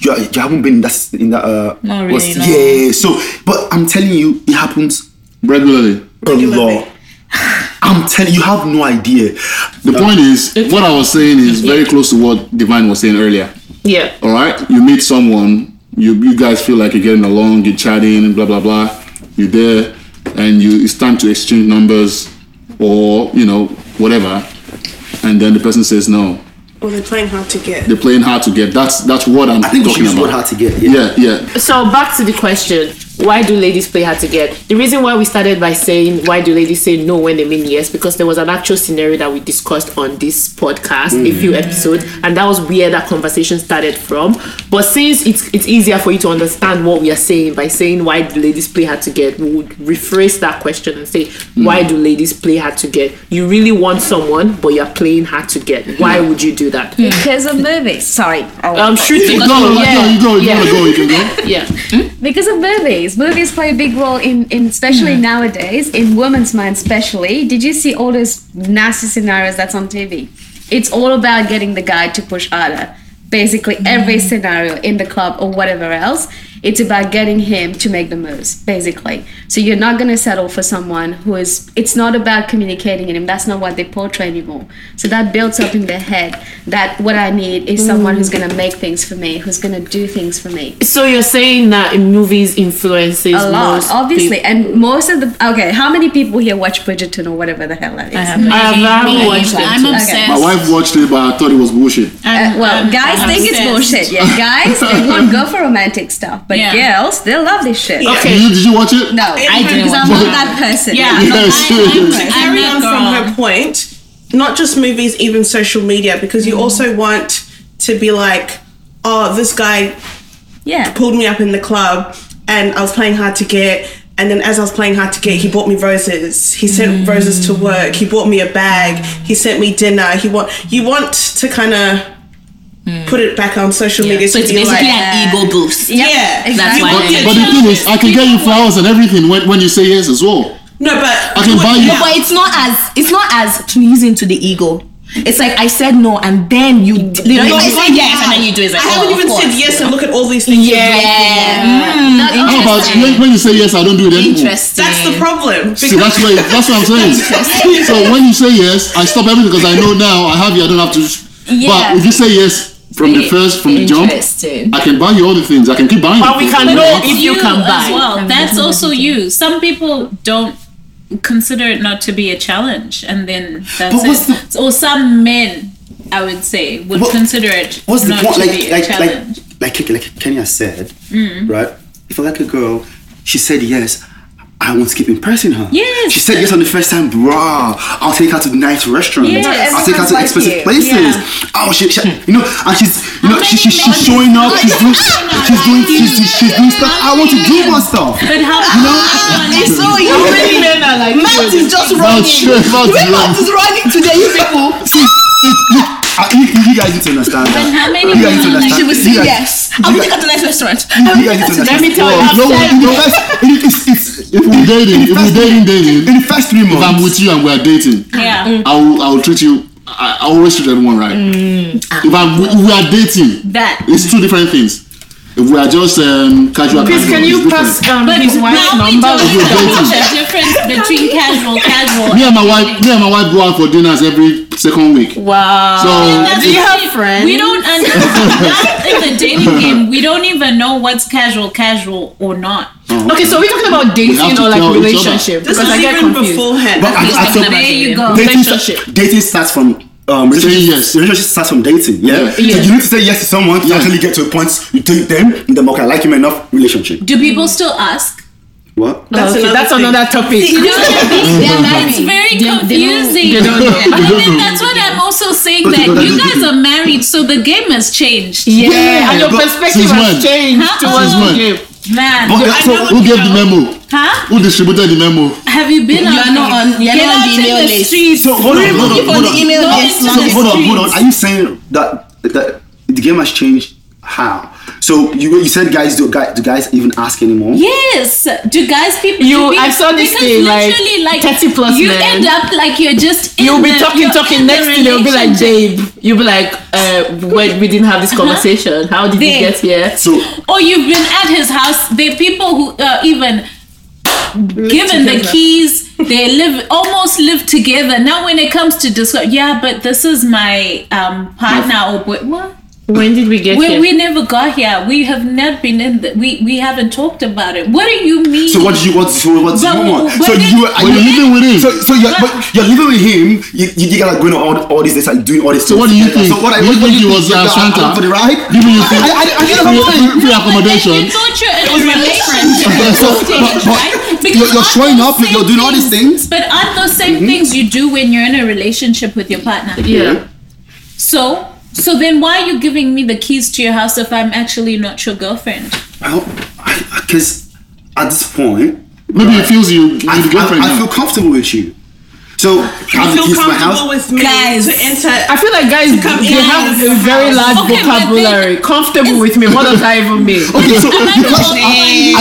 Speaker 2: You, you haven't been in that s- in that uh.
Speaker 6: Not
Speaker 2: what's-
Speaker 6: really, no.
Speaker 2: Yeah. So, but I'm telling you, it happens
Speaker 4: Regularly.
Speaker 2: a lot. I'm telling you, have no idea.
Speaker 4: The point is, what I was saying is very close to what Divine was saying earlier.
Speaker 5: yeah.
Speaker 4: All right, you meet someone, you you guys feel like you're getting along, you're chatting, blah blah blah. You're there, and you it's time to exchange numbers, or you know whatever, and then the person says no.
Speaker 7: Or they're playing hard to get.
Speaker 4: They're playing hard to get. That's that's what I'm
Speaker 2: I think we should
Speaker 4: talking
Speaker 2: use
Speaker 4: about.
Speaker 2: word hard to get. Yeah.
Speaker 4: Yeah, yeah.
Speaker 5: So back to the question: Why do ladies play hard to get? The reason why we started by saying why do ladies say no when they mean yes because there was an actual scenario that we discussed on this podcast a few episodes, and that was where that conversation started from. But since it's it's easier for you to understand what we are saying by saying why do ladies play hard to get, we would rephrase that question and say why do ladies play hard to get? You really want someone, but you're playing hard to get. Why would you do that?
Speaker 8: Because of movies. Sorry.
Speaker 5: Um, shooting.
Speaker 4: No, no,
Speaker 5: yeah,
Speaker 4: no, you go. You
Speaker 5: yeah,
Speaker 4: wanna go? You can go.
Speaker 5: yeah.
Speaker 8: because of movies. Movies play a big role in, in especially nowadays, in women's minds especially. Did you see all those nasty scenarios that's on TV? It's all about getting the guy to push harder. Basically, every scenario in the club or whatever else, it's about getting him to make the moves, basically. So you're not going to settle for someone who is, it's not about communicating in him. That's not what they portray anymore. So that builds up in their head that what I need is someone who's going to make things for me, who's going to do things for me.
Speaker 5: So you're saying that movies influences
Speaker 8: a lot,
Speaker 5: most
Speaker 8: obviously.
Speaker 5: people.
Speaker 8: And most of the okay, how many people here watch Bridgerton or whatever the hell that is?
Speaker 7: Uh-huh.
Speaker 5: I have- I haven't watched it.
Speaker 3: I'm
Speaker 4: My
Speaker 3: obsessed.
Speaker 4: wife watched it, but I thought it was bullshit.
Speaker 8: Uh, well,
Speaker 7: Uh-huh.
Speaker 3: I'm-
Speaker 8: guys
Speaker 3: I'm
Speaker 8: think it's
Speaker 3: obsessed.
Speaker 8: bullshit. Yeah, guys they won't go for romantic stuff, but
Speaker 3: Yeah.
Speaker 8: girls they love this shit.
Speaker 4: Did you, did you watch it?
Speaker 8: No, I
Speaker 7: didn't
Speaker 8: because I'm
Speaker 7: watch
Speaker 8: not
Speaker 7: it.
Speaker 8: that person.
Speaker 3: Yeah,
Speaker 8: I'm not-
Speaker 4: Yes.
Speaker 3: I, I'm,
Speaker 7: Carry on
Speaker 3: I'm
Speaker 7: from
Speaker 3: that girl.
Speaker 7: her point, not just movies, even social media, because
Speaker 4: Mm.
Speaker 7: you also want to be like, oh, this guy
Speaker 8: yeah.
Speaker 7: pulled me up in the club and I was playing hard to get. And then as I was playing hard to get, he bought me roses. He sent
Speaker 4: Mm.
Speaker 7: roses to work. He bought me a bag. He sent me dinner. He want you want to kind of
Speaker 4: Mm.
Speaker 7: put it back on social media.
Speaker 6: So
Speaker 7: to
Speaker 6: it's
Speaker 7: be
Speaker 6: basically
Speaker 7: like,
Speaker 6: an ego boost. Yeah.
Speaker 7: yeah,
Speaker 6: That's
Speaker 7: You
Speaker 6: why
Speaker 7: want
Speaker 6: I
Speaker 7: the
Speaker 6: like
Speaker 4: But the
Speaker 7: attention.
Speaker 4: thing is, I can get you flowers and everything when, when you say yes as well.
Speaker 7: no, but
Speaker 4: I can buy you.
Speaker 6: But it's not as it's not as pleasing to the ego. It's like I said no, and then you, d- you know, if I said yes, and then you do it. It's like,
Speaker 7: I haven't
Speaker 6: oh, of
Speaker 7: even
Speaker 6: course.
Speaker 7: said yes and look at all these things. you're doing.
Speaker 6: Yeah. Mm,
Speaker 4: How about when, when you say yes, I don't do it anymore.
Speaker 6: interesting.
Speaker 7: That's the problem.
Speaker 4: See,
Speaker 7: Because
Speaker 4: that's what that's what I'm saying. so when you say yes, I stop everything because I know now I have you. I don't have to.
Speaker 8: Yeah.
Speaker 4: But if you say yes from the first, from the jump,
Speaker 6: Interesting.
Speaker 4: I can buy you all the things. I can keep buying.
Speaker 5: But we
Speaker 4: you things.
Speaker 5: can know if you,
Speaker 3: you as
Speaker 5: can buy.
Speaker 3: well. That's also you. Some people don't consider it not to be a challenge, and then
Speaker 2: But what's
Speaker 3: that's it. Or some men, I would say, would
Speaker 2: What-
Speaker 3: consider it
Speaker 2: What's the
Speaker 3: not
Speaker 2: point?
Speaker 3: to
Speaker 2: Like, like,
Speaker 3: be a
Speaker 2: like,
Speaker 3: challenge. Mm.
Speaker 2: like, like, Kenya said, right? If I like a girl, she said yes. I won't skip impressing her.
Speaker 3: Yes.
Speaker 2: She said yes on the first time, bruh. I'll take her to nice restaurants.
Speaker 8: Yes.
Speaker 2: I'll take her to
Speaker 8: Everyone's
Speaker 2: expensive
Speaker 8: like
Speaker 2: places. Oh, she, she, you know, and she's, you know, she, she, she's showing up. She's doing, she's doing, she's, she's, she's doing stuff. I want to do more stuff.
Speaker 3: but how
Speaker 6: It's so human.
Speaker 5: Men are like
Speaker 6: Mouth is just
Speaker 4: Mouth-
Speaker 6: running.
Speaker 4: sure, mouth is
Speaker 6: Your Mouth
Speaker 4: running.
Speaker 6: is running today, you people.
Speaker 2: See, you, you, I- you, you guys need to understand that.
Speaker 3: how many
Speaker 2: You guys need to
Speaker 3: women
Speaker 2: understand.
Speaker 6: She will say
Speaker 2: You guys-
Speaker 6: yes. I will take her to nice restaurant. I
Speaker 2: You
Speaker 6: will
Speaker 2: guys need
Speaker 6: take her
Speaker 2: to
Speaker 6: to
Speaker 5: Let me
Speaker 2: understand.
Speaker 5: tell you,
Speaker 4: Well,
Speaker 5: I've
Speaker 4: no,
Speaker 2: In the
Speaker 5: said-
Speaker 2: first, it- it's, it's,
Speaker 4: If we're dating, if we're dating, dating,
Speaker 2: in the first three
Speaker 4: if I'm
Speaker 2: months,
Speaker 4: with you and we're dating,
Speaker 3: yeah.
Speaker 4: I will I will treat you. I, I always treat everyone right. If, I'm, if we are dating,
Speaker 6: That.
Speaker 4: it's two different things. If we are just um, casual,
Speaker 5: Chris,
Speaker 4: casual,
Speaker 5: can
Speaker 4: it's
Speaker 5: you
Speaker 4: different.
Speaker 5: pass um,
Speaker 3: But
Speaker 5: his wife's
Speaker 3: now we
Speaker 5: number?
Speaker 3: don't
Speaker 4: You're
Speaker 3: know
Speaker 4: dating.
Speaker 3: the difference between casual, casual.
Speaker 4: Me and my wife, me and my wife go out for dinners every second week.
Speaker 6: Wow.
Speaker 4: So
Speaker 3: That's
Speaker 6: Do you
Speaker 3: the
Speaker 6: have
Speaker 3: thing.
Speaker 6: friends?
Speaker 3: We don't understand in the dating game. We don't even know what's casual, casual or not.
Speaker 5: Okay, so we're talking about
Speaker 4: have
Speaker 5: dating
Speaker 4: to
Speaker 5: or like
Speaker 4: tell each other.
Speaker 5: relationship
Speaker 7: This
Speaker 5: because I
Speaker 7: is
Speaker 5: get
Speaker 7: even
Speaker 5: confused.
Speaker 7: beforehand.
Speaker 2: But I, I
Speaker 5: There
Speaker 2: feel
Speaker 5: you go.
Speaker 2: dating,
Speaker 5: Relationship.
Speaker 2: sta- dating starts from um, relationship.
Speaker 4: Saying yes.
Speaker 2: Relationship starts from dating. Yeah.
Speaker 4: Yeah.
Speaker 2: So you need to say yes to someone to
Speaker 4: Yeah.
Speaker 2: actually get to a point you date them. and Then okay, I like him enough. Relationship.
Speaker 3: Do people still ask?
Speaker 2: What?
Speaker 5: That's, okay,
Speaker 7: another
Speaker 5: that's
Speaker 7: thing.
Speaker 5: another topic.
Speaker 3: It's very confusing.
Speaker 5: They don't know.
Speaker 3: And then that's what I'm also saying that you guys are married, so the game has changed.
Speaker 5: Yeah, and your
Speaker 4: but
Speaker 5: perspective
Speaker 4: since
Speaker 5: has
Speaker 4: when?
Speaker 5: changed
Speaker 3: Huh?
Speaker 5: towards
Speaker 3: Since
Speaker 5: the game.
Speaker 4: when?
Speaker 3: Man,
Speaker 4: But so who gave the memo?
Speaker 3: huh?
Speaker 4: Who distributed the memo?
Speaker 3: Have you been
Speaker 11: You are not on- you are
Speaker 3: Get
Speaker 11: not on
Speaker 3: out
Speaker 11: the
Speaker 3: in
Speaker 11: email
Speaker 3: the
Speaker 11: list.
Speaker 3: streets.
Speaker 5: oh,
Speaker 2: So hold on, hold on, hold on.
Speaker 11: email
Speaker 3: Go
Speaker 11: list.
Speaker 3: into
Speaker 2: So
Speaker 3: the
Speaker 2: hold on, hold on.
Speaker 3: streets.
Speaker 2: Are you saying that that the game has changed? How? So you you said guys do guys do guys even ask anymore?
Speaker 3: Yes. Do guys people? do
Speaker 5: You-
Speaker 3: we-
Speaker 5: I saw this
Speaker 3: because
Speaker 5: thing, like,
Speaker 3: literally,
Speaker 5: 30 plus
Speaker 3: You
Speaker 5: men.
Speaker 3: end up like you're just. In
Speaker 5: You'll be
Speaker 3: the-
Speaker 5: talking,
Speaker 3: you're
Speaker 5: talking.
Speaker 3: in the
Speaker 5: Next thing, they'll be like,
Speaker 3: relationship.
Speaker 5: "Babe," you'll be like, uh, "Wait, we didn't have this conversation. How did you
Speaker 3: Babe.
Speaker 5: get here?"
Speaker 2: So
Speaker 3: Or you've been at his house. There are people who uh, even given the keys. They live almost live together. Now, when it comes to discuss, yeah, but this is my um, partner or boy. What?
Speaker 5: When did we get
Speaker 3: We,
Speaker 5: here?
Speaker 3: we never got here. We have not been in. The, we we haven't talked about it. What do you mean?
Speaker 2: so what do you what so what do
Speaker 3: But-
Speaker 2: you want?
Speaker 3: but
Speaker 2: So
Speaker 3: then-
Speaker 2: you are
Speaker 4: When
Speaker 2: you
Speaker 4: you're living with him,
Speaker 2: So, so you're, but you're living with him. You, you, you gotta go into all, all these things, like doing all this.
Speaker 4: So what do you think?
Speaker 2: So what I
Speaker 4: You
Speaker 2: what,
Speaker 4: think
Speaker 2: do
Speaker 4: he was, uh,
Speaker 2: I'm- I'm
Speaker 4: Santa?
Speaker 2: for the ride?
Speaker 4: You mean you
Speaker 2: I,
Speaker 4: think-
Speaker 2: I, I, I didn't
Speaker 4: free,
Speaker 2: know what-
Speaker 4: free- free
Speaker 3: But then you
Speaker 4: accommodation.
Speaker 3: thought you're in a relationship.
Speaker 4: but-
Speaker 3: right? Because
Speaker 2: you're- you're
Speaker 3: aren't
Speaker 2: showing
Speaker 3: those
Speaker 2: up, you're
Speaker 3: same
Speaker 2: doing all these things. Mm-hmm.
Speaker 3: But aren't those same things you do when you're in a relationship with your partner?
Speaker 5: yeah.
Speaker 3: So, so then why are you giving me the keys to your house if I'm actually not your girlfriend?
Speaker 2: Because at this point,
Speaker 4: Maybe he feels you. you
Speaker 2: I,
Speaker 4: the girlfriend
Speaker 2: I, I
Speaker 4: now.
Speaker 2: feel comfortable with you. So
Speaker 7: I
Speaker 2: have the
Speaker 7: feel
Speaker 2: keys to my
Speaker 7: comfortable
Speaker 2: house.
Speaker 7: with me
Speaker 11: Guys.
Speaker 7: to enter.
Speaker 5: I feel like guys,
Speaker 7: Come
Speaker 5: they
Speaker 7: in
Speaker 5: have
Speaker 7: the
Speaker 5: a very
Speaker 7: house.
Speaker 5: large
Speaker 3: Okay, but
Speaker 5: vocabulary. Comfortable with me. What does that even mean?
Speaker 2: Okay, so
Speaker 3: I'm not all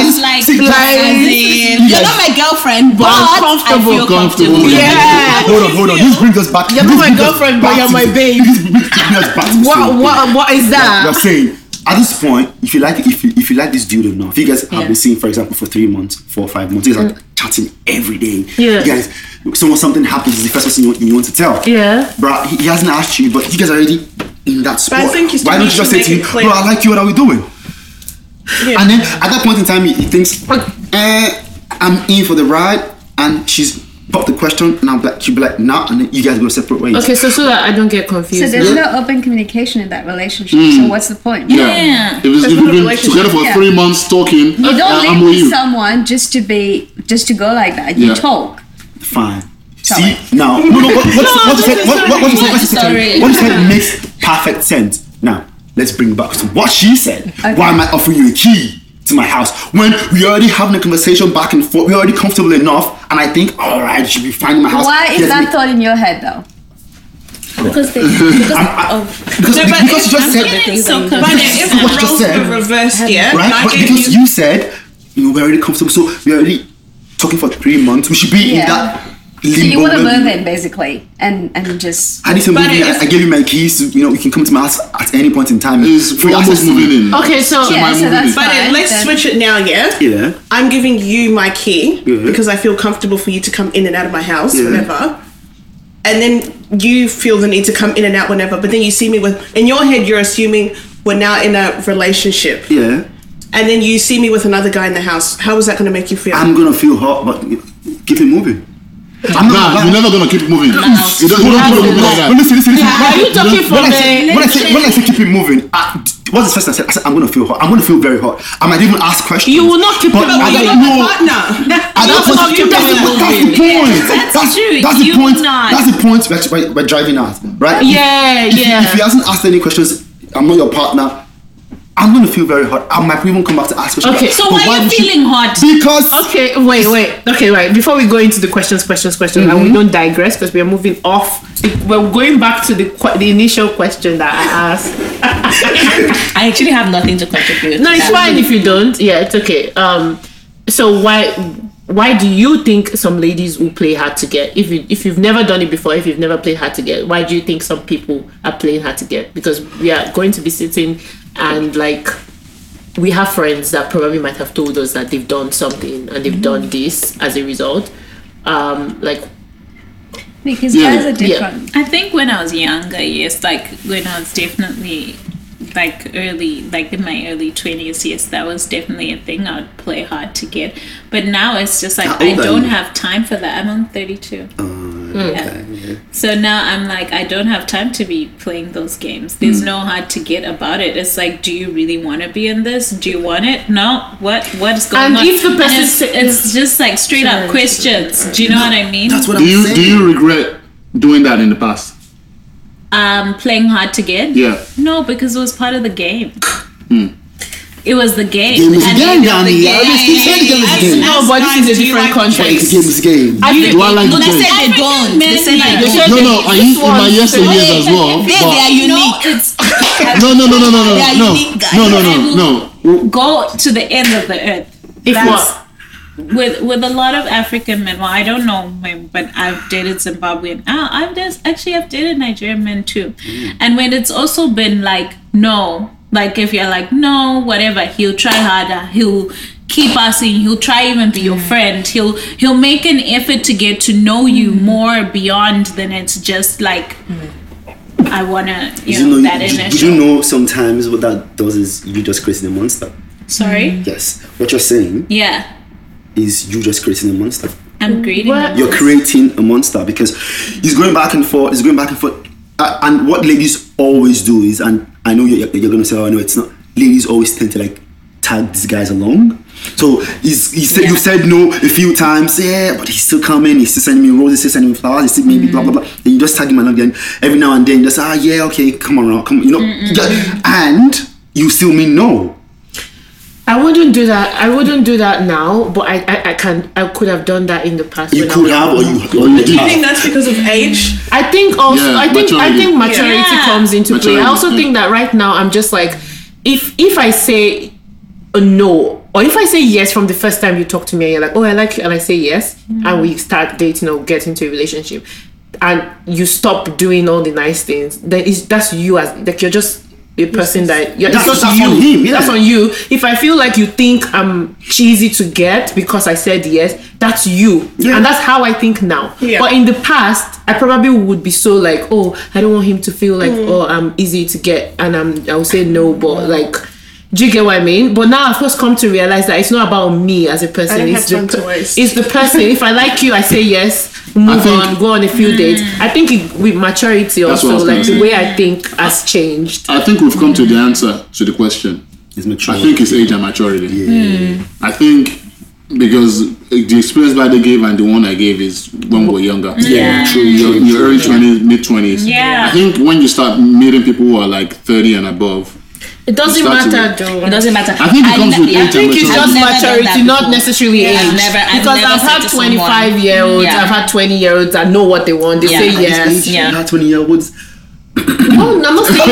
Speaker 2: just-
Speaker 3: like,
Speaker 2: see,
Speaker 5: Like,
Speaker 11: You're not my girlfriend, but
Speaker 5: I'm
Speaker 11: I
Speaker 5: comfortable.
Speaker 11: feel comfortable.
Speaker 4: with him.
Speaker 5: yeah.
Speaker 2: hold on, hold on. This brings us back.
Speaker 5: You're
Speaker 2: this
Speaker 5: not my
Speaker 2: brings us
Speaker 5: girlfriend,
Speaker 2: back
Speaker 5: but you're
Speaker 2: to
Speaker 5: my
Speaker 2: the-
Speaker 5: babe.
Speaker 2: This brings us back to the
Speaker 5: What,
Speaker 2: same
Speaker 5: what, what is
Speaker 2: You're
Speaker 5: that?
Speaker 2: saying at this point, if you like, if you, if you like this dude enough, you guys have been seeing, for example, for three months, four or five months, you guys are chatting every day.
Speaker 5: Mm. Yeah.
Speaker 2: You guys, someone something happens, he's the first person you, want- you want to tell.
Speaker 5: Yeah.
Speaker 2: Bro, he, he hasn't asked you, but you guys are already in that spot.
Speaker 7: I think you still
Speaker 2: Why don't
Speaker 7: need
Speaker 2: you just
Speaker 7: to
Speaker 2: say to
Speaker 7: make
Speaker 2: him,
Speaker 7: it clear.
Speaker 2: bro, I like you, what are we doing? And then at that point in time, he, he thinks, eh, I'm in for the ride, and she's popped the question, and I'm like, she'll be like, nah, and then you guys go separate ways.
Speaker 5: Okay, so so that I don't get confused.
Speaker 8: So there's
Speaker 5: now.
Speaker 8: no open communication in that relationship. So what's the point?
Speaker 4: Yeah. If it's, if we've been together for
Speaker 8: Yeah.
Speaker 4: three months talking,
Speaker 8: You don't
Speaker 4: I- I'm
Speaker 8: live
Speaker 4: with
Speaker 8: with
Speaker 4: you.
Speaker 8: someone just to be just to go like that. You
Speaker 4: Yeah.
Speaker 8: talk.
Speaker 2: Fine.
Speaker 8: Sorry.
Speaker 2: See now, no, no. What, what, what, you said- what, what, what, you said- what, you said-
Speaker 3: Sorry.
Speaker 2: what you said makes perfect sense. Now let's bring back to what she said. Why am I offering you a key to my house when we already having a conversation back and forth? We're already comfortable enough, and I think all right, you should be finding my house.
Speaker 8: Why is
Speaker 2: Here's
Speaker 8: that
Speaker 2: me.
Speaker 8: thought in your head though?
Speaker 6: Because they. Because
Speaker 2: I'm- I- because
Speaker 7: No,
Speaker 2: because
Speaker 7: but if-
Speaker 2: you just
Speaker 7: I'm
Speaker 2: said
Speaker 7: getting
Speaker 3: so
Speaker 7: But
Speaker 3: confused.
Speaker 7: if
Speaker 2: what
Speaker 7: the
Speaker 2: you
Speaker 7: roles
Speaker 2: said.
Speaker 7: were reversed, yeah,
Speaker 2: right,
Speaker 7: and I
Speaker 2: but
Speaker 7: gave
Speaker 2: because
Speaker 7: you-
Speaker 2: you said you know, we're already comfortable, so we're already talking for three months. We should be in
Speaker 8: Yeah.
Speaker 2: that
Speaker 8: So
Speaker 2: limbo.
Speaker 8: you want to
Speaker 2: where we-
Speaker 8: burn it basically, and and just
Speaker 2: I need some
Speaker 7: But
Speaker 2: movie.
Speaker 7: if-
Speaker 2: I, I gave you my keys. You know, you can come to my house at any point in time.
Speaker 4: He's
Speaker 2: Free
Speaker 4: almost
Speaker 2: access to
Speaker 4: moving
Speaker 2: me.
Speaker 4: in.
Speaker 5: Okay, so
Speaker 8: yeah. So that's
Speaker 7: But
Speaker 8: fine.
Speaker 7: it, let's
Speaker 8: then.
Speaker 7: switch it now, yeah?
Speaker 2: Yeah.
Speaker 7: I'm giving you my key
Speaker 2: Yeah.
Speaker 7: because I feel comfortable for you to come in and out of my house
Speaker 2: Yeah.
Speaker 7: whenever. And then you feel the need to come in and out whenever. But then you see me with, in your head, you're assuming we're now in a relationship.
Speaker 2: Yeah.
Speaker 7: And then you see me with another guy in the house. How is that going to make you feel?
Speaker 2: I'm gonna feel hot, but keep it moving. I'm
Speaker 4: Nah, you're never gonna keep moving. You don't, you don't keep moving like
Speaker 2: But
Speaker 4: that.
Speaker 2: listen, listen, listen.
Speaker 5: Are you talking
Speaker 2: when, I
Speaker 5: from
Speaker 2: say,
Speaker 5: a-
Speaker 2: when, I say, when I say keep it moving, I, what's the first thing I said? I said I'm gonna feel hot. I'm gonna feel very hot. I might even ask questions.
Speaker 5: You will not keep
Speaker 2: but
Speaker 5: it
Speaker 2: I
Speaker 5: moving.
Speaker 2: don't know.
Speaker 7: partner.
Speaker 2: I don't
Speaker 5: will not
Speaker 2: want-
Speaker 5: keep
Speaker 2: that's,
Speaker 5: it
Speaker 2: the, that's the
Speaker 5: moving.
Speaker 2: point.
Speaker 3: that's true.
Speaker 2: That's the
Speaker 3: You
Speaker 2: point.
Speaker 3: will not.
Speaker 2: That's the point we're, we're, we're driving at, right?
Speaker 5: Yeah,
Speaker 2: if,
Speaker 5: yeah.
Speaker 2: If he hasn't asked any questions, I'm not your partner. I'm gonna feel very hot. I might even come back to ask questions.
Speaker 5: Okay.
Speaker 3: So
Speaker 2: But
Speaker 3: why are you
Speaker 2: did she-
Speaker 3: feeling hot?
Speaker 2: Because
Speaker 5: Okay, wait, wait. Okay, right. Before we go into the questions, questions, questions, and we don't digress because we are moving off. The, we're going back to the que- the initial question that I asked.
Speaker 6: I actually have nothing to contribute.
Speaker 5: No, it's
Speaker 6: Yeah.
Speaker 5: fine if you don't. Yeah, it's okay. Um, so why why do you think some ladies will play hard to get? If you if you've never done it before, if you've never played hard to get, why do you think some people are playing hard to get? Because we are going to be sitting and like we have friends that probably might have told us that they've done something and they've done this as a result. Um, like
Speaker 8: Because
Speaker 4: Yeah.
Speaker 8: guys are
Speaker 5: Yeah.
Speaker 8: different.
Speaker 3: I think when I was younger, yes, like when I was definitely like early, like in my early 20s, yes, that was definitely a thing I would play hard to get. But now it's just like
Speaker 2: How
Speaker 3: I
Speaker 2: old are
Speaker 3: don't
Speaker 2: you? Oh,
Speaker 3: have time for that. I'm on 32.
Speaker 2: Okay, yeah.
Speaker 3: So now I'm like, I don't have time to be playing those games. There's
Speaker 2: Hmm.
Speaker 3: no hard to get about it. It's like, do you really want to be in this? Do you want it? No. What? What is going
Speaker 5: And
Speaker 3: on?
Speaker 5: if the person
Speaker 3: it's,
Speaker 5: sa-
Speaker 3: it's just like straight up questions. Do you know what I mean?
Speaker 2: That's what
Speaker 4: Do
Speaker 2: I'm
Speaker 4: you
Speaker 2: saying.
Speaker 4: do you regret doing that in the past?
Speaker 3: Um, playing hard to get.
Speaker 4: Yeah.
Speaker 3: No, because it was part of the game. It was the game.
Speaker 2: Game is a
Speaker 3: And
Speaker 2: game,
Speaker 3: you know the
Speaker 2: Yanni.
Speaker 3: game.
Speaker 2: I understand game is a game.
Speaker 5: no, but this is a different
Speaker 2: It's a
Speaker 5: context.
Speaker 2: game is a game.
Speaker 5: think-
Speaker 4: Do I like
Speaker 11: No,
Speaker 4: the
Speaker 11: they said
Speaker 4: game?
Speaker 11: they
Speaker 3: African
Speaker 11: don't. They
Speaker 3: men
Speaker 11: said
Speaker 3: like-
Speaker 11: they don't.
Speaker 4: No, no, I used in my yes and yes as well.
Speaker 11: They, they are
Speaker 4: But
Speaker 11: unique.
Speaker 3: No, it's
Speaker 4: no, no, no, no, no, no,
Speaker 11: They are
Speaker 4: no,
Speaker 11: unique guys.
Speaker 4: no, no, no, no.
Speaker 3: go to the end of the earth.
Speaker 5: if
Speaker 3: That's-
Speaker 5: what
Speaker 3: with with a lot of African men. Well, I don't know men, but I've dated Zimbabwean. Ah, I've just actually I've dated Nigerian men too, and when it's also been like no, like if you're like no, whatever, he'll try harder. He'll keep asking. He'll try even be your friend. He'll he'll make an effort to get to know you more beyond than it's just like. I wanna, you,
Speaker 2: Did you
Speaker 3: know,
Speaker 2: know,
Speaker 3: that
Speaker 2: did- did
Speaker 3: initial.
Speaker 2: you know sometimes what that does is you just creating a monster?
Speaker 3: Sorry,
Speaker 2: Yes. What you're saying
Speaker 3: yeah,
Speaker 2: is you just creating a monster.
Speaker 3: I'm greedy.
Speaker 5: What?
Speaker 2: You're creating a monster because he's going back and forth, he's going back and forth. Uh, and what ladies always do is, and I know you're, you're going to say, oh, no, it's not. Ladies always tend to like tag these guys along. So he's, he said, you've said no a few times, yeah, but he's still coming, he's still sending me roses, he's still sending me flowers, he's still maybe blah, blah, blah. Then you just tag him along again. Every now and then, just, ah, yeah, okay, come on, come on, you know. Yeah, and you still mean no.
Speaker 5: I wouldn't do that. I wouldn't do that now, but I, I, I can I could have done that in the past.
Speaker 2: You
Speaker 5: when I
Speaker 2: could
Speaker 5: was
Speaker 2: have or you, or
Speaker 4: you
Speaker 2: you
Speaker 4: did.
Speaker 7: I
Speaker 2: have.
Speaker 7: think that's because of age.
Speaker 5: I think also
Speaker 4: Yeah,
Speaker 5: I think I
Speaker 4: maturity.
Speaker 5: think maturity
Speaker 3: Yeah.
Speaker 5: comes into play. I
Speaker 4: Maturity,
Speaker 5: also
Speaker 4: yeah.
Speaker 5: think that right now I'm just like if if I say a no or if I say yes from the first time you talk to me and you're like, Oh I like you and I say yes and we start dating or get into a relationship and you stop doing all the nice things, then it's that's you as like you're just a person that you're,
Speaker 2: That's-
Speaker 5: it's not
Speaker 2: that's
Speaker 5: you.
Speaker 2: on him, yeah.
Speaker 5: That's on you. If I feel like you think I'm cheesy to get because I said yes, that's you,
Speaker 2: Yeah.
Speaker 5: and that's how I think now.
Speaker 7: Yeah.
Speaker 5: But in the past, I probably would be so like, oh, I don't want him to feel like,
Speaker 7: Mm.
Speaker 5: oh, I'm easy to get, and I'm, I would say no, but like, do you get what I mean? But now I've just come to realize that it's not about me as a person.
Speaker 7: don't
Speaker 5: it's
Speaker 7: have time
Speaker 5: the
Speaker 7: to waste.
Speaker 5: it's the person. if I like you, I say yes, move
Speaker 4: think-
Speaker 5: on, go on a
Speaker 7: Mm.
Speaker 5: few dates. I think it, with maturity
Speaker 4: That's what I
Speaker 5: also,
Speaker 4: was gonna
Speaker 5: like
Speaker 4: say.
Speaker 5: the way I think has changed.
Speaker 4: I think we've come to the answer to the question.
Speaker 2: He's mature.
Speaker 4: I think it's age and maturity. I think because the experience that they gave and the one I gave is when we were younger.
Speaker 2: Yeah.
Speaker 4: True. Your, your early twenties, mid twenties.
Speaker 3: Yeah.
Speaker 4: I think when you start meeting people who are like thirty and above,
Speaker 5: It doesn't
Speaker 4: It's not
Speaker 5: matter, though.
Speaker 11: It doesn't matter.
Speaker 4: I think it comes with age and
Speaker 5: think it's just
Speaker 11: never done
Speaker 4: maturity.
Speaker 5: maturity,
Speaker 11: that
Speaker 5: not
Speaker 11: before.
Speaker 5: necessarily
Speaker 11: Yeah,
Speaker 5: age.
Speaker 11: I've never- I've
Speaker 5: because
Speaker 11: never
Speaker 5: I've
Speaker 11: said
Speaker 5: had
Speaker 11: to
Speaker 5: 25
Speaker 11: someone-
Speaker 5: year olds,
Speaker 11: Yeah.
Speaker 5: I've had 20 year olds that know what they want. They
Speaker 11: Yeah.
Speaker 5: say
Speaker 11: At this
Speaker 5: yes.
Speaker 11: yeah.
Speaker 2: Not 20 year olds.
Speaker 5: No, I'm not saying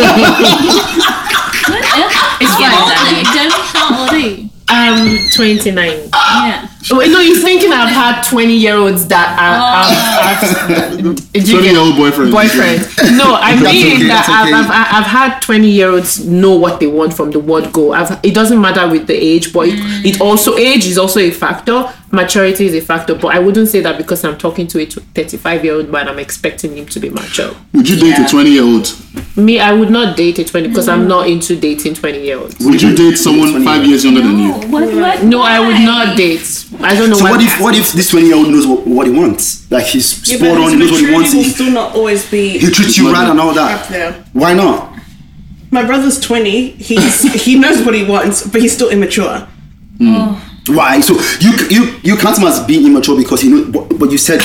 Speaker 5: it's
Speaker 3: How old
Speaker 5: fine.
Speaker 3: are you? Tell me how old are you?
Speaker 5: I'm 29.
Speaker 3: Yeah.
Speaker 5: Wait, no, you're thinking I've had 20 year olds that are. I've- I've- did you
Speaker 4: Twenty
Speaker 5: get-
Speaker 4: year old boyfriend.
Speaker 5: boyfriend. No, I
Speaker 2: That's
Speaker 5: mean
Speaker 2: okay,
Speaker 5: that
Speaker 2: that's
Speaker 5: I've,
Speaker 2: okay.
Speaker 5: I've, I've, I've had 20 year olds know what they want from the word go. I've, it doesn't matter with the age, but it, it also, age is also a factor. Maturity is a factor, but I wouldn't say that because I'm talking to a 35 year old man, I'm expecting him to be mature.
Speaker 4: Would you date a twenty year old?
Speaker 5: Me, I would not date a 20 because I'm not into dating 20 year olds.
Speaker 4: Would you date someone
Speaker 2: 20
Speaker 4: five years younger than you?
Speaker 3: What? What?
Speaker 5: No, I would not date. I don't know
Speaker 2: So
Speaker 5: why-
Speaker 2: what if what if this twenty year old knows what, what he wants? Like he's
Speaker 7: Yeah,
Speaker 2: spot
Speaker 7: but
Speaker 2: on, he knows
Speaker 7: his
Speaker 2: what he wants.
Speaker 7: maturity will
Speaker 2: He,
Speaker 7: still not always be
Speaker 2: he treats you right and all
Speaker 7: up
Speaker 2: that.
Speaker 7: there.
Speaker 2: Why not?
Speaker 7: My brother's twenty. He's he knows what he wants, but he's still immature.
Speaker 2: Why? So you c- you you can't him as being immature because you know. But, but you said,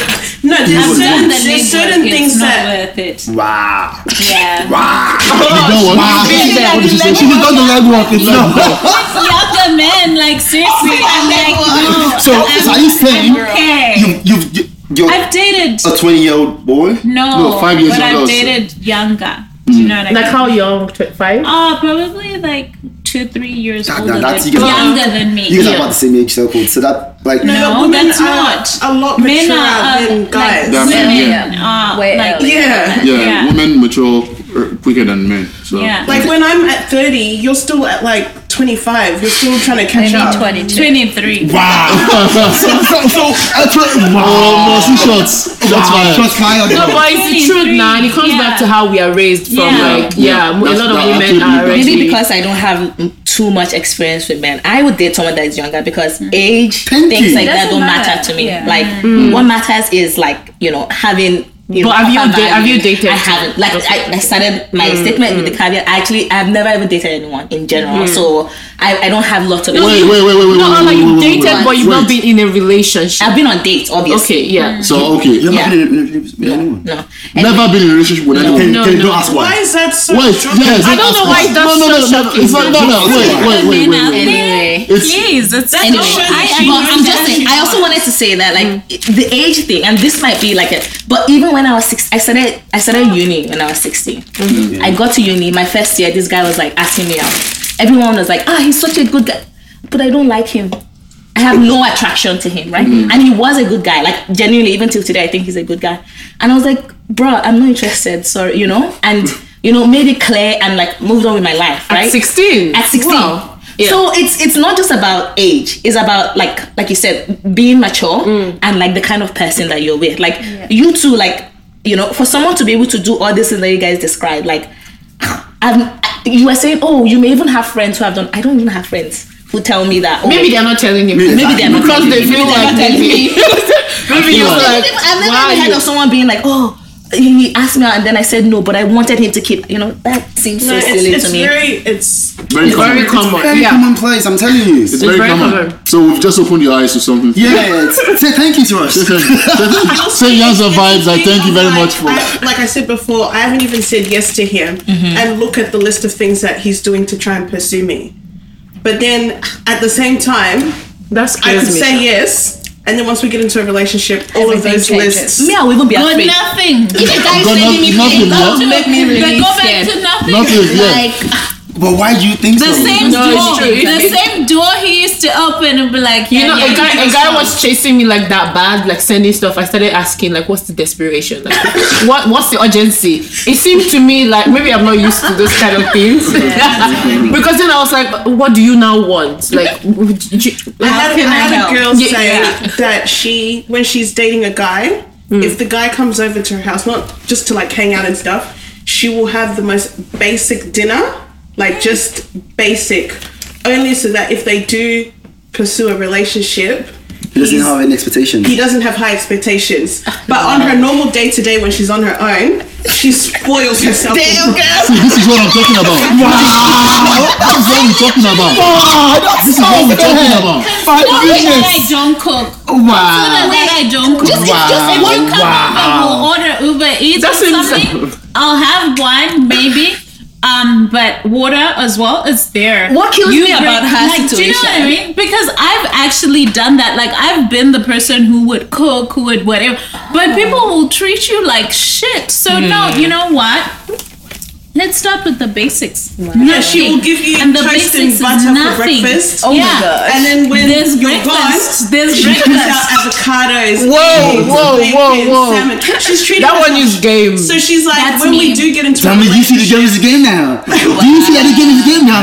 Speaker 7: No, there's
Speaker 2: knows what he
Speaker 7: certain,
Speaker 2: wants.
Speaker 7: there's certain things
Speaker 3: it's
Speaker 7: that
Speaker 3: not worth it.
Speaker 2: wow,
Speaker 3: Yeah.
Speaker 2: wow.
Speaker 4: No, what? What did she say? She's done the legwork. It's like
Speaker 3: Younger men, like seriously, I'm like, no.
Speaker 2: So, so are you saying
Speaker 3: Okay.
Speaker 2: you you've, you you're
Speaker 3: I've dated
Speaker 2: a twenty year old boy?
Speaker 3: no,
Speaker 4: No, five years
Speaker 3: but
Speaker 4: younger
Speaker 3: I've
Speaker 4: also.
Speaker 3: dated younger. Do you know what I mean?
Speaker 5: Like how young? 25?
Speaker 3: Oh, probably like two, three years
Speaker 2: That-
Speaker 3: older
Speaker 2: that's-
Speaker 3: than,
Speaker 2: you guys are-
Speaker 3: younger than me.
Speaker 2: You guys are
Speaker 5: Yeah.
Speaker 2: about the same age, so cool. So that like
Speaker 3: No,
Speaker 7: but women
Speaker 3: that's
Speaker 7: are
Speaker 3: not.
Speaker 7: a lot
Speaker 3: Men
Speaker 7: mature
Speaker 3: are, uh,
Speaker 7: than
Speaker 3: like,
Speaker 7: guys.
Speaker 4: That's-
Speaker 3: women
Speaker 4: yeah.
Speaker 3: are
Speaker 8: Way
Speaker 3: like
Speaker 8: early.
Speaker 7: yeah.
Speaker 4: Yeah,
Speaker 3: Yeah.
Speaker 4: women mature uh, quicker than men. So
Speaker 3: Yeah.
Speaker 7: Like when I'm at 30, you're still at like 25. You're still trying to catch up.
Speaker 8: Maybe 22.
Speaker 3: 23.
Speaker 4: Ah. Wow. so, so, so, wow. shots. Shots fired.
Speaker 2: shots fired.
Speaker 5: No, but it's the truth now, and it comes
Speaker 3: Yeah.
Speaker 5: back to how we are raised from
Speaker 3: Yeah.
Speaker 5: like yeah,
Speaker 4: Yeah.
Speaker 5: mo- a
Speaker 4: That's-
Speaker 5: lot of
Speaker 4: that
Speaker 5: women
Speaker 4: absolutely
Speaker 5: are
Speaker 4: does.
Speaker 5: already
Speaker 6: Maybe because I don't have mm, too much experience with men. I would date someone that is younger because age,
Speaker 2: Thank
Speaker 6: things
Speaker 2: you.
Speaker 6: like that
Speaker 8: Mm. Doesn't
Speaker 6: don't
Speaker 8: matter.
Speaker 6: matter, to me.
Speaker 8: Yeah. Mm.
Speaker 6: Like what matters is like you know having. You
Speaker 5: But
Speaker 6: know,
Speaker 5: have you
Speaker 6: proper
Speaker 5: da- have
Speaker 6: value.
Speaker 5: you dated- Mm,
Speaker 6: I haven't. Like I, I started my statement with the caveat. Actually, I've never even dated anyone in general, so I, I don't have lots of.
Speaker 4: Wait, wait, wait, wait, wait.
Speaker 5: Mm. no,
Speaker 4: wait,
Speaker 5: not like
Speaker 4: wait,
Speaker 5: you
Speaker 4: wait, wait,
Speaker 5: dated,
Speaker 4: wait,
Speaker 5: but you've
Speaker 4: wait.
Speaker 5: not been in a relationship.
Speaker 6: I've been on dates, obviously.
Speaker 5: Okay, yeah.
Speaker 4: So okay,
Speaker 2: You're
Speaker 4: yeah.
Speaker 2: not in a relationship with anyone.
Speaker 6: No.
Speaker 4: never been in a relationship with anyone.
Speaker 2: Can,
Speaker 5: No,
Speaker 2: can
Speaker 5: no.
Speaker 2: don't ask
Speaker 7: Why
Speaker 2: why.
Speaker 7: is that so?
Speaker 4: Wait, yes,
Speaker 5: I don't know why
Speaker 4: it's-
Speaker 5: that's
Speaker 4: no, no,
Speaker 5: so
Speaker 4: no, no, no, It's not,
Speaker 5: shocking.
Speaker 4: no, no, wait, wait, wait,
Speaker 3: Men out
Speaker 4: wait, wait.
Speaker 3: there,
Speaker 4: It's-
Speaker 3: please, it's that's
Speaker 6: Anyway,
Speaker 3: so-
Speaker 6: I,
Speaker 3: I-
Speaker 6: well, I'm just saying. I also wanted to say that, like, the age thing, and this might be like a. But even when I was six, I started. I started uni when I was 16 I got to uni my first year. This guy was like asking me out. Everyone was like, "Ah, he's such a good guy," but I don't like him. I have no attraction to him, right? And he was a good guy. Like genuinely, even till today, I think he's a good guy. And I was like, "Bro, I'm not interested." Sorry, you know. And you know, made it clear and like moved on with my life. Right?
Speaker 5: At sixteen.
Speaker 6: at 16
Speaker 5: Wow. Yeah.
Speaker 6: so it's it's not just about age it's about like like you said being mature and like the kind of person that you're with like you two like you know for someone to be able to do all this things that you guys described like and you were saying oh you may even have friends who have done i don't even have friends who tell me that oh,
Speaker 5: maybe they're not telling you.
Speaker 6: maybe they're not
Speaker 5: because they feel like maybe. maybe you're like,
Speaker 6: I've never
Speaker 5: why
Speaker 6: even heard
Speaker 5: you-
Speaker 6: of someone being like oh he asked me out and then I said no, but I wanted him to keep. You know that seems so
Speaker 7: No, it's,
Speaker 6: silly
Speaker 7: it's
Speaker 6: to me.
Speaker 7: very. It's
Speaker 4: Very
Speaker 5: Very
Speaker 4: common.
Speaker 5: common.
Speaker 2: Very
Speaker 5: yeah.
Speaker 2: common place, I'm telling you.
Speaker 4: It's very
Speaker 5: very
Speaker 4: common.
Speaker 5: common.
Speaker 4: So we've just opened your eyes to something.
Speaker 2: Yeah, it's- say thank you to us.
Speaker 4: Say Yanza vibes. I thank you very much for.
Speaker 7: I, like I said before, I haven't even said yes to him,
Speaker 4: Mm-hmm.
Speaker 7: and look at the list of things that he's doing to try and pursue me. But then, at the same time,
Speaker 5: That
Speaker 7: I
Speaker 5: scares
Speaker 7: could
Speaker 5: me.
Speaker 7: say yes, and then once we get into a relationship, all of
Speaker 8: Everything
Speaker 7: those
Speaker 8: changes.
Speaker 7: lists.
Speaker 6: Me, I will even be
Speaker 3: But
Speaker 6: afraid.
Speaker 3: nothing.
Speaker 6: Even guys
Speaker 4: But
Speaker 6: sending me
Speaker 4: not-
Speaker 6: things,
Speaker 4: nothing,
Speaker 6: don't
Speaker 4: yeah.
Speaker 6: make me
Speaker 3: But
Speaker 6: really
Speaker 3: go back
Speaker 6: scared.
Speaker 3: to nothing.
Speaker 4: Not yet, yeah.
Speaker 6: Like
Speaker 2: But why do you think
Speaker 3: The
Speaker 2: so?
Speaker 3: same
Speaker 5: No, it's
Speaker 3: door,
Speaker 5: true.
Speaker 3: the same door he used to open and be like, yeah,
Speaker 5: You know,
Speaker 3: yeah,
Speaker 5: a guy,
Speaker 3: you
Speaker 5: a
Speaker 3: do
Speaker 5: guy
Speaker 3: so.
Speaker 5: was chasing me like that bad, like sending stuff. I started asking, like, what's the desperation? Like, what, what's the urgency? It seemed to me like maybe I'm not used to those kind of things. because then I was like, what do you now want? Like, would you,
Speaker 7: I had, I
Speaker 5: can
Speaker 7: had
Speaker 5: help?
Speaker 7: a girl
Speaker 5: Yeah,
Speaker 7: say
Speaker 5: yeah. Hmm.
Speaker 7: that she, when she's dating a guy, if the guy comes over to her house, not just to like hang out and stuff, she will have the most basic dinner,
Speaker 5: Hmm.
Speaker 7: like just basic, only so that if they do pursue a relationship,
Speaker 2: He doesn't
Speaker 7: he's-
Speaker 2: have any expectations.
Speaker 7: he doesn't have high expectations. But on her normal day to day, when she's on her own, she spoils herself. Damn girl.
Speaker 4: This is what I'm talking about. This is what we're talking about. This is what we're talking about.
Speaker 3: Not that I don't cook. Not
Speaker 4: Wow.
Speaker 3: that I don't cook. Just,
Speaker 4: just
Speaker 3: if you come
Speaker 4: wow.
Speaker 3: over, we'll order Uber Eats
Speaker 5: That
Speaker 3: or
Speaker 5: seems-
Speaker 3: something. I'll have wine, maybe. Um, but water as well is there.
Speaker 6: What kills
Speaker 3: You
Speaker 6: me about her
Speaker 3: like, Do you know what I
Speaker 6: situation?
Speaker 3: mean? Because I've actually done that. Like I've been the person who would cook, who would whatever.
Speaker 7: Oh.
Speaker 3: But people will treat you like shit. So no,
Speaker 7: Hmm.
Speaker 3: you know what? Let's start with the basics.
Speaker 7: Yeah, she will give you
Speaker 3: And the
Speaker 7: toast and
Speaker 3: basics is
Speaker 7: butter for
Speaker 3: nothing.
Speaker 7: breakfast.
Speaker 3: Oh my gosh.
Speaker 7: And then when
Speaker 3: There's
Speaker 7: you're
Speaker 3: breakfast.
Speaker 7: gone,
Speaker 3: There's
Speaker 7: she brings out
Speaker 3: breakfast.
Speaker 7: avocados.
Speaker 5: Whoa,
Speaker 7: eggs,
Speaker 5: whoa,
Speaker 7: bacon,
Speaker 5: whoa, whoa.
Speaker 7: salmon. She's treating
Speaker 5: That one
Speaker 7: herself-
Speaker 5: is game.
Speaker 7: So she's like,
Speaker 3: That's
Speaker 7: when
Speaker 3: me.
Speaker 7: we do get into a
Speaker 2: Family, you see the
Speaker 7: relationship,
Speaker 2: game is the game now. Do you see that the game is the game now?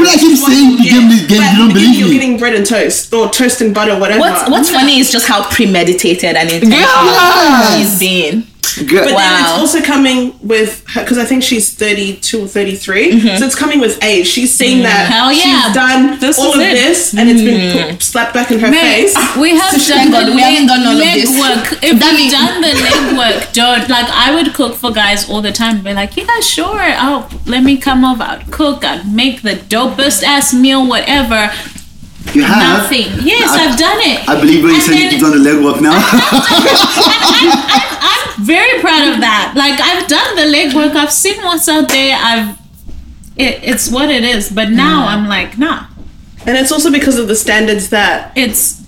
Speaker 2: When I keep saying the game is the game,
Speaker 7: but
Speaker 2: you
Speaker 7: at
Speaker 2: don't
Speaker 7: the beginning
Speaker 2: believe
Speaker 7: You're
Speaker 2: me.
Speaker 7: getting bread and toast or toast and butter, whatever.
Speaker 6: What's What's funny is just how premeditated and intentional she's being.
Speaker 7: But then
Speaker 6: Wow.
Speaker 7: it's also coming with because I think she's 32 or 33, so it's coming with age. She's seen that
Speaker 3: Mm-hmm. Mm. Hell yeah.
Speaker 7: she's done
Speaker 3: This
Speaker 7: all
Speaker 3: is
Speaker 7: of
Speaker 3: it.
Speaker 7: this, and it's
Speaker 5: Mm.
Speaker 7: been put, slapped back in her face.
Speaker 3: We have done
Speaker 6: God,
Speaker 3: the
Speaker 6: we haven't
Speaker 3: leg,
Speaker 6: done none of
Speaker 3: leg
Speaker 6: this.
Speaker 3: work. If we've done the leg work, don't like I would cook for guys all the time. Be like, yeah, sure. Oh, let me come over. I'd cook. I'd make the dopest ass meal, whatever.
Speaker 2: You have.
Speaker 3: Nothing. Yes,
Speaker 2: I-
Speaker 3: I've done it.
Speaker 2: I believe when you
Speaker 3: And
Speaker 2: said
Speaker 3: then-
Speaker 2: you've done the legwork now.
Speaker 3: I'm, I'm very proud of that. Like I've done the leg work. I've seen what's out there. I've it, it's what it is. But
Speaker 6: Mm.
Speaker 3: now I'm like, nah.
Speaker 7: And it's also because of the standards that
Speaker 3: it's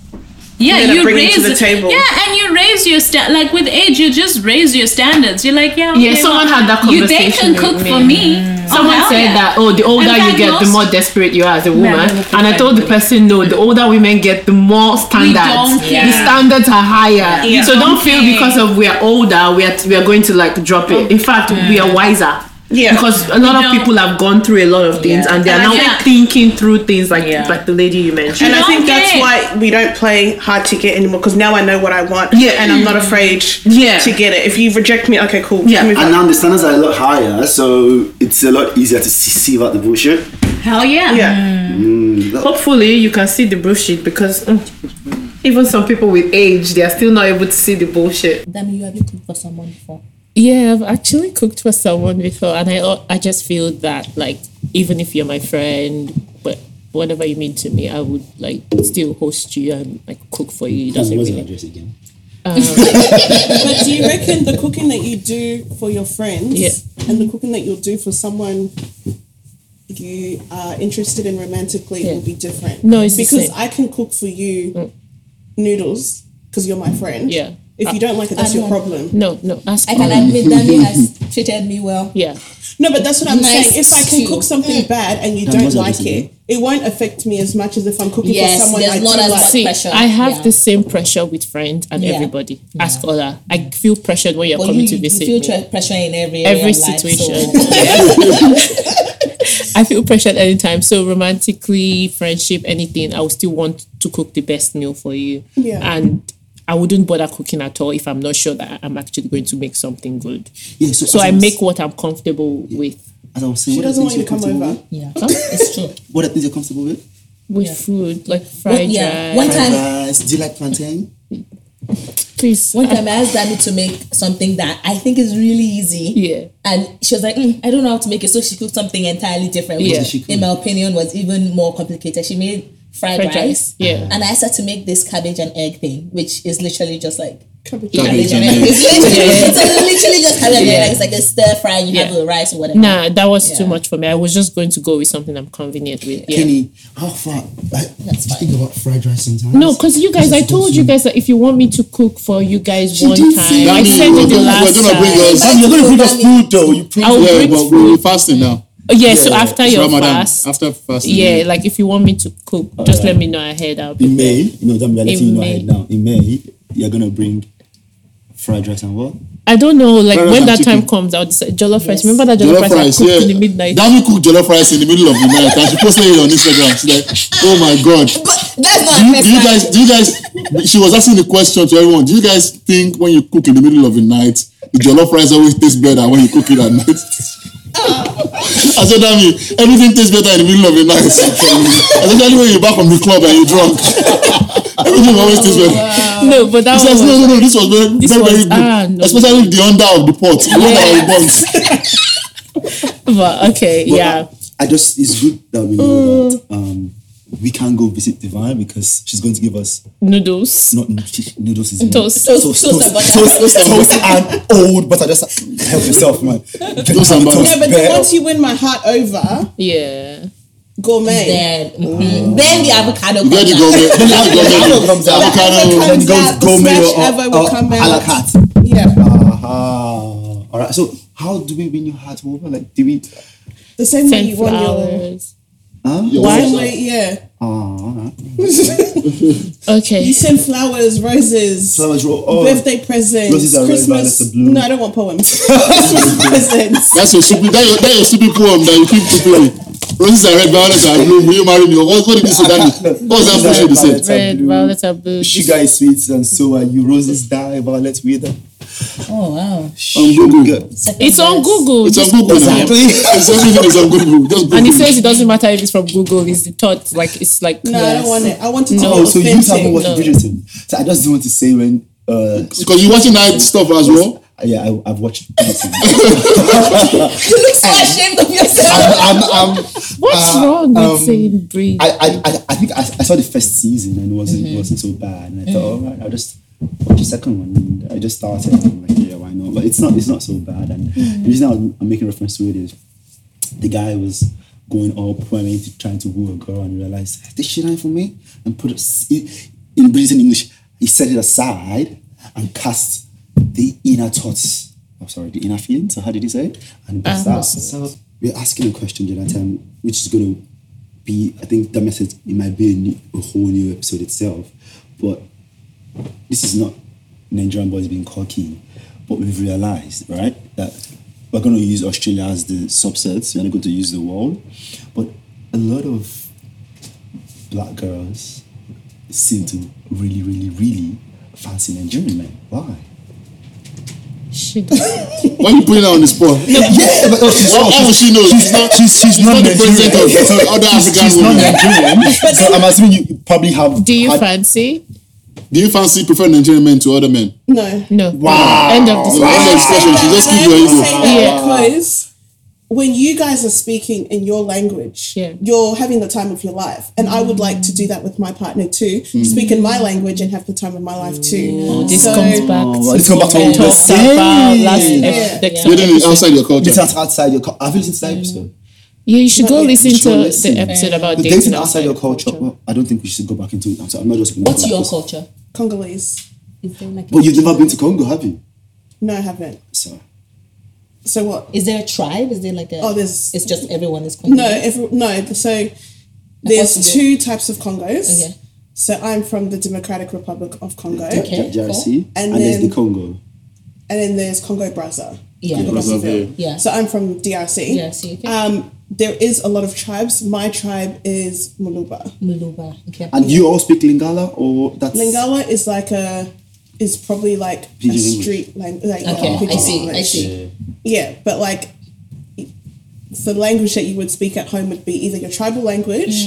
Speaker 3: yeah,
Speaker 7: Yeah,
Speaker 3: you
Speaker 7: bring it
Speaker 3: raise
Speaker 7: to the table.
Speaker 3: Yeah, and you raise your sta- like with age, you just raise your standards. You're like, yeah,
Speaker 5: Yeah,
Speaker 3: okay,
Speaker 5: someone
Speaker 3: well,
Speaker 5: had that
Speaker 3: You they
Speaker 5: conversation
Speaker 3: can cook
Speaker 5: with
Speaker 3: for
Speaker 5: me.
Speaker 3: me. Someone
Speaker 12: hell
Speaker 3: said
Speaker 12: yeah.
Speaker 3: that oh, the older
Speaker 12: In fact,
Speaker 3: you get, the
Speaker 12: most-
Speaker 3: more desperate you are as a woman.
Speaker 13: no, no, no,
Speaker 3: and I
Speaker 13: no,
Speaker 3: told the person no, the older women get, the more
Speaker 12: don't
Speaker 3: standards.
Speaker 12: care.
Speaker 3: The standards are higher.
Speaker 12: Yeah.
Speaker 3: So don't feel
Speaker 12: Okay.
Speaker 3: because of we are older, we are we are going to like drop it. In fact, we are wiser.
Speaker 14: Yeah.
Speaker 3: Because a lot
Speaker 12: don't-
Speaker 3: of people have gone through a lot of things and they are
Speaker 14: And I
Speaker 3: now
Speaker 12: think-
Speaker 3: thinking through things like
Speaker 15: Yeah.
Speaker 3: like the lady you mentioned.
Speaker 14: And I think that's
Speaker 12: Okay.
Speaker 14: why we don't play hard to get anymore because now I know what I want.
Speaker 3: Yeah.
Speaker 14: And I'm not afraid
Speaker 3: Yeah.
Speaker 14: to get it. If you reject me, okay, cool.
Speaker 3: Yeah.
Speaker 14: Move
Speaker 2: And
Speaker 14: on.
Speaker 2: now the standards are a lot higher, so it's a lot easier to see- sieve out the bullshit.
Speaker 12: Hell yeah.
Speaker 14: yeah.
Speaker 3: Hopefully, you can see the bullshit because mm, even some people with age, they are still not able to see the bullshit.
Speaker 15: Dami, you have you cooked for someone before?
Speaker 5: Yeah, I've actually cooked for someone before, and I al- I just feel that like even if you're my friend, but whatever you mean to me, I would like still host you and like cook for you. It doesn't
Speaker 2: What's
Speaker 5: really
Speaker 2: your address again?
Speaker 7: But do you reckon the cooking that you do for your friends
Speaker 5: Yeah.
Speaker 7: and the cooking that you'll do for someone you are interested in romantically
Speaker 5: Yeah.
Speaker 7: will be different?
Speaker 5: No, it's the
Speaker 7: because
Speaker 5: same. Mm.
Speaker 7: I can cook for you noodles because you're my friend.
Speaker 5: Yeah. Uh,
Speaker 7: If you don't like it, that's your problem.
Speaker 5: No, no, ask
Speaker 6: I
Speaker 5: me.
Speaker 6: can admit Dami has treated me well.
Speaker 5: Yeah,
Speaker 7: No, but that's what I'm
Speaker 6: Nice
Speaker 7: saying. If I can
Speaker 6: stew. Mm.
Speaker 7: cook something bad and you
Speaker 2: That
Speaker 7: don't
Speaker 2: was
Speaker 7: like
Speaker 2: amazing.
Speaker 7: it, it won't affect me as much as if I'm cooking
Speaker 6: Yes,
Speaker 7: for someone
Speaker 6: there's
Speaker 7: I
Speaker 6: not
Speaker 7: do
Speaker 6: as
Speaker 7: like.
Speaker 6: much-
Speaker 5: see,
Speaker 6: pressure,
Speaker 5: I have
Speaker 6: yeah.
Speaker 5: the same pressure with friends and everybody. Ask other. I feel pressured when you're
Speaker 6: But you,
Speaker 5: coming to
Speaker 6: Mm-hmm. you,
Speaker 5: visit
Speaker 6: feel
Speaker 5: me.
Speaker 6: tre- pressure in every area
Speaker 5: every
Speaker 6: of life, so-
Speaker 5: situation. I feel pressured anytime. So romantically, friendship, anything, I would still want to cook the best meal for you.
Speaker 7: Yeah.
Speaker 5: And I wouldn't bother cooking at all if I'm not sure that I'm actually going to make something good.
Speaker 2: Yeah, so,
Speaker 5: So
Speaker 2: as
Speaker 5: I
Speaker 2: was-
Speaker 5: make what I'm comfortable with.
Speaker 2: As I was saying,
Speaker 7: She
Speaker 2: what are things
Speaker 7: doesn't want you
Speaker 2: you're
Speaker 7: to come
Speaker 2: comfortable
Speaker 7: over.
Speaker 2: with?
Speaker 6: Yeah, it's true.
Speaker 2: What are things you're comfortable with?
Speaker 5: With food, like fried
Speaker 6: yeah,
Speaker 5: rice.
Speaker 6: one time
Speaker 2: Rice. Do you like Uh, plantain?
Speaker 5: Please.
Speaker 6: One time I asked Dami to make something that I think is really easy.
Speaker 5: Yeah.
Speaker 6: And she was like, "Mm, I don't know how to make it. So she cooked something entirely different, which
Speaker 5: Yeah.
Speaker 2: She cooked.
Speaker 6: in my opinion was even more complicated. She made fried,
Speaker 5: Fried
Speaker 6: rice.
Speaker 5: rice, yeah.
Speaker 6: And I asked her to make this cabbage and egg thing, which is literally just like cabbage, and
Speaker 2: and
Speaker 6: egg. It's literally, it's literally just cabbage and egg. It's like a stir fry and you have
Speaker 5: Yeah.
Speaker 6: a rice or whatever.
Speaker 5: Nah, that was too much for me. I was just going to go with something I'm convenient with. Yeah.
Speaker 2: Kenny, how far? I
Speaker 6: That's fine.
Speaker 2: think about fried rice sometimes.
Speaker 5: No, because you guys, I told you guys that if you want me to cook for you guys one time, I said it the
Speaker 4: we're
Speaker 5: last
Speaker 4: gonna
Speaker 5: time.
Speaker 4: bring us.
Speaker 2: Dami, you're going to bring us food though. You bring
Speaker 5: I'll
Speaker 4: Yeah,
Speaker 5: bring
Speaker 4: but we're fasting now.
Speaker 5: Oh, yeah, so after
Speaker 4: It's
Speaker 5: your
Speaker 4: Ramadan.
Speaker 5: fast,
Speaker 4: After fasting.
Speaker 5: yeah, like if you want me to cook, just let me know ahead. I'll be
Speaker 2: in May. No, Dami, we're letting you know
Speaker 5: May.
Speaker 2: ahead now. In May, you're going to bring fried rice and what?
Speaker 5: I don't know, like
Speaker 4: Fried rice
Speaker 5: when
Speaker 4: and
Speaker 5: that time
Speaker 4: chicken.
Speaker 5: comes, I'll decide. Jollof rice. Remember that jollof,
Speaker 4: Jollof
Speaker 5: rice
Speaker 4: rice,
Speaker 5: I cooked
Speaker 4: yeah.
Speaker 5: in the midnight?
Speaker 4: Dami cooked jollof rice in the middle of the night, and she posted it on Instagram. She's like, "Oh my god,
Speaker 6: But that's not a
Speaker 4: do you,
Speaker 6: first
Speaker 4: do you
Speaker 6: time.
Speaker 4: guys, do you guys?" She was asking the question to everyone. Do you guys think when you cook in the middle of the night, the jollof rice always tastes better when you cook it at night? I said, Dami, everything tastes better in the middle of the night. Especially when you're back from the club and you're drunk. everything always tastes better.
Speaker 5: no, but that
Speaker 4: He
Speaker 5: was.
Speaker 4: says, no, no, no, this was very, very,
Speaker 5: was-
Speaker 4: very good.
Speaker 5: ah, no.
Speaker 4: Especially the under of the pot. The under of the buns.
Speaker 5: But okay,
Speaker 2: But
Speaker 5: yeah.
Speaker 2: I, I just it's good that we know that um we can go visit Divine because she's going to give us
Speaker 5: Noodles.
Speaker 2: not noodles is
Speaker 5: Toast.
Speaker 2: toast toast toast, toast, toast and old butter. Just help yourself, man.
Speaker 4: Toast and butter.
Speaker 7: Yeah, but then
Speaker 2: Bare-
Speaker 7: once you win my heart over,
Speaker 5: Yeah.
Speaker 7: gourmet.
Speaker 6: Then, mhm. then the avocado.
Speaker 4: You get the
Speaker 6: comes out.
Speaker 4: gourmet. You
Speaker 2: Avocado comes out. Then goes
Speaker 7: Avocado comes out,
Speaker 4: get the gourmet.
Speaker 7: the
Speaker 2: gourmet
Speaker 7: smashed
Speaker 2: or-
Speaker 7: avocado
Speaker 2: or
Speaker 7: will come
Speaker 2: a la
Speaker 7: out.
Speaker 2: carte.
Speaker 7: Yeah.
Speaker 2: Aha. All right. So how do we win your heart over? Like, do we?
Speaker 7: The same way you
Speaker 5: Ten
Speaker 7: won your
Speaker 5: flowers.
Speaker 7: Why? yeah.
Speaker 2: Oh, all right.
Speaker 5: Okay.
Speaker 7: You send flowers, roses,
Speaker 2: Flowers roll. Oh,
Speaker 7: birthday presents,
Speaker 2: Roses are red,
Speaker 7: Christmas.
Speaker 2: violets are blue.
Speaker 7: No, I don't want poems. Christmas presents.
Speaker 4: That's a stupid, that your, that your stupid poem that you keep keeping. Roses are red, violets are blue. Will you marry me? What, what did you say, Danny? What was
Speaker 2: Roses
Speaker 4: that
Speaker 2: are
Speaker 4: bullshit you said?
Speaker 2: violets are
Speaker 5: Red,
Speaker 2: blue.
Speaker 5: violet, and blue.
Speaker 2: Sugar is sweet, and so are you. Roses die, violets wither.
Speaker 6: Oh wow.
Speaker 4: On
Speaker 2: Um,
Speaker 4: Google.
Speaker 6: Second
Speaker 5: It's on
Speaker 6: verse.
Speaker 5: Google.
Speaker 4: It's on Google now.
Speaker 2: Exactly.
Speaker 4: It's everything is on Google. Just Google.
Speaker 5: And it says it doesn't matter if it's from Google, it's the thought. Like, it's like.
Speaker 7: No, I don't want it. I want it to
Speaker 5: No.
Speaker 7: be
Speaker 2: Oh, so you haven't
Speaker 7: authentic.
Speaker 2: watched Bridgerton. So I just don't want to say when. Uh,
Speaker 4: Because you're watching that stuff as well.
Speaker 2: yeah, I, I've watched Bridgerton.
Speaker 6: You look so ashamed of yourself.
Speaker 2: I'm, I'm,
Speaker 5: What's wrong with
Speaker 2: um,
Speaker 5: saying breathe?
Speaker 2: I, I, I, I think I, I saw the first season and it wasn't it wasn't so bad, and I thought, all right, I'll just watch the second one. And I just started. And I'm like, yeah, why not? But it's not it's not so bad. And the reason I'm, I'm making reference to it is the guy was going all poetic, to- trying to woo a girl, and realized this shit ain't for me, and put it it- in British English. He set it aside and cast the inner thoughts. I'm sorry, the inner feelings. So how did he say it? And cast that. So we're asking a question during that time, which is going to be, I think that message, it might be a, new, a whole new episode itself. But this is not Nigerian boys being cocky, but we've realized, right, that we're going to use Australia as the subset, we're not going to use the world. But a lot of black girls seem to really, really, really fancy Nigerian men. Why?
Speaker 5: Shit. That's
Speaker 4: Why you putting her on the spot?
Speaker 2: Yeah, but oh, she's
Speaker 4: What how will she knows? She's not.
Speaker 2: she's, she's
Speaker 4: She's
Speaker 2: not,
Speaker 4: not the
Speaker 2: Nigerian.
Speaker 4: president of so other
Speaker 2: she's,
Speaker 4: African
Speaker 2: she's not
Speaker 4: women.
Speaker 2: Nigerian. so I'm assuming you probably have.
Speaker 5: Do you
Speaker 2: had-
Speaker 5: fancy?
Speaker 4: Do you fancy prefer Nigerian men to other men?
Speaker 7: No.
Speaker 5: No.
Speaker 2: Wow.
Speaker 5: End of
Speaker 4: So
Speaker 5: discussion.
Speaker 4: end of discussion. She just keep your
Speaker 7: I'm
Speaker 4: ego.
Speaker 7: saying
Speaker 5: Yeah.
Speaker 7: that because when you guys are speaking in your language,
Speaker 5: Yeah.
Speaker 7: you're having the time of your life. And I would like to do that with my partner too. Speak in my language and have the time of my life too.
Speaker 5: This
Speaker 7: So-
Speaker 5: comes back
Speaker 2: Oh,
Speaker 5: to
Speaker 2: let's go back to what we were
Speaker 5: talked about
Speaker 2: saying.
Speaker 5: last
Speaker 7: Yeah.
Speaker 5: ep- the-
Speaker 4: You're doing it outside your culture.
Speaker 2: It's not outside your. cu- Have you listened to that episode?
Speaker 5: Yeah, you should go
Speaker 7: Yeah,
Speaker 5: listen
Speaker 2: you should
Speaker 5: to
Speaker 2: listen.
Speaker 5: the episode about
Speaker 2: The
Speaker 5: dating,
Speaker 2: dating outside your culture. Well, I don't think we should go back into it. I'm, sorry, I'm not just.
Speaker 6: What's your culture?
Speaker 7: Congolese.
Speaker 6: Is there like
Speaker 2: But you've never been to Congo, have you?
Speaker 7: No, I haven't.
Speaker 2: So
Speaker 7: So what?
Speaker 6: Is there a tribe? Is there like a?
Speaker 7: Oh, there's-
Speaker 6: It's just everyone is.
Speaker 7: No, every, no. So there's
Speaker 6: what's the-
Speaker 7: two types of Congos.
Speaker 6: Okay.
Speaker 7: So I'm from the Democratic Republic of Congo,
Speaker 6: Okay,
Speaker 2: JRC,
Speaker 6: cool.
Speaker 2: and,
Speaker 7: And
Speaker 2: there's
Speaker 7: then-
Speaker 2: the Congo.
Speaker 7: and then there's Congo Brazza.
Speaker 6: Yeah. Yeah.
Speaker 7: So I'm from DRC.
Speaker 6: Yeah, see, okay.
Speaker 7: Um, there is a lot of tribes. My tribe is Muluba.
Speaker 6: Muluba. Okay.
Speaker 2: And you all speak Lingala or that's
Speaker 7: Lingala is like a is probably like a
Speaker 2: Pidgin English.
Speaker 7: street language. Like, yeah,
Speaker 6: Okay, I
Speaker 7: Pidgin
Speaker 6: see. I
Speaker 7: English.
Speaker 6: see.
Speaker 7: Yeah, but like the language that you would speak at home would be either your tribal
Speaker 6: Mm.
Speaker 7: language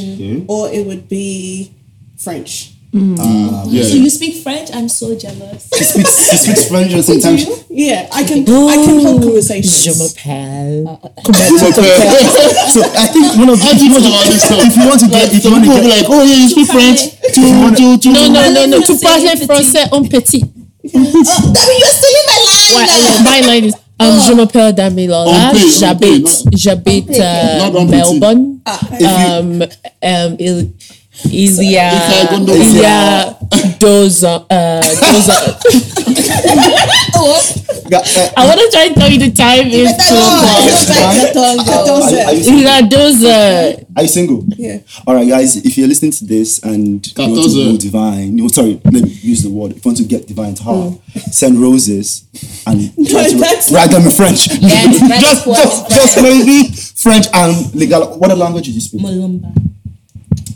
Speaker 7: or it would be French.
Speaker 6: So you speak French? I'm so jealous.
Speaker 2: She speaks, she speaks French and sometimes.
Speaker 7: Yeah, I can I can hold conversations.
Speaker 2: so I think one of the if you want to, if you want to get if you want to
Speaker 4: People
Speaker 2: get
Speaker 4: be like, oh yeah, you speak French. Tu, tu, tu.
Speaker 5: No, no, no, no.
Speaker 6: Français,
Speaker 5: Tu parles
Speaker 6: petit.
Speaker 5: français en petit.
Speaker 6: Debbie, you're stealing
Speaker 5: Why,
Speaker 6: my line.
Speaker 5: alors, my line is
Speaker 7: Oh.
Speaker 5: um, Je m'appelle Damilola.
Speaker 4: On peut, on peut,
Speaker 5: J'habite,
Speaker 4: non.
Speaker 5: j'habite euh,
Speaker 4: Non, non, petit.
Speaker 5: Melbourne.
Speaker 7: Ah.
Speaker 2: if you,
Speaker 5: Um, um, il, il y
Speaker 4: Il y a
Speaker 5: a,
Speaker 4: Gondor.
Speaker 5: il y a deux ans.
Speaker 2: Uh,
Speaker 5: euh, deux ans.
Speaker 6: Oh,
Speaker 5: I want to try and tell you the time is
Speaker 2: are, you,
Speaker 7: oh.
Speaker 5: Il y a deux ans.
Speaker 2: are you single?
Speaker 7: Yeah.
Speaker 2: All right, guys. If you're listening to this and you want to
Speaker 4: Cartoza.
Speaker 2: go divine, no, sorry, let me use the word. If you want to get divine to her, send roses and try to
Speaker 7: that's-
Speaker 2: write them in French.
Speaker 6: that's
Speaker 2: just,
Speaker 6: what-
Speaker 2: just, just maybe French and legal. What other language did you speak?
Speaker 6: Mulumba.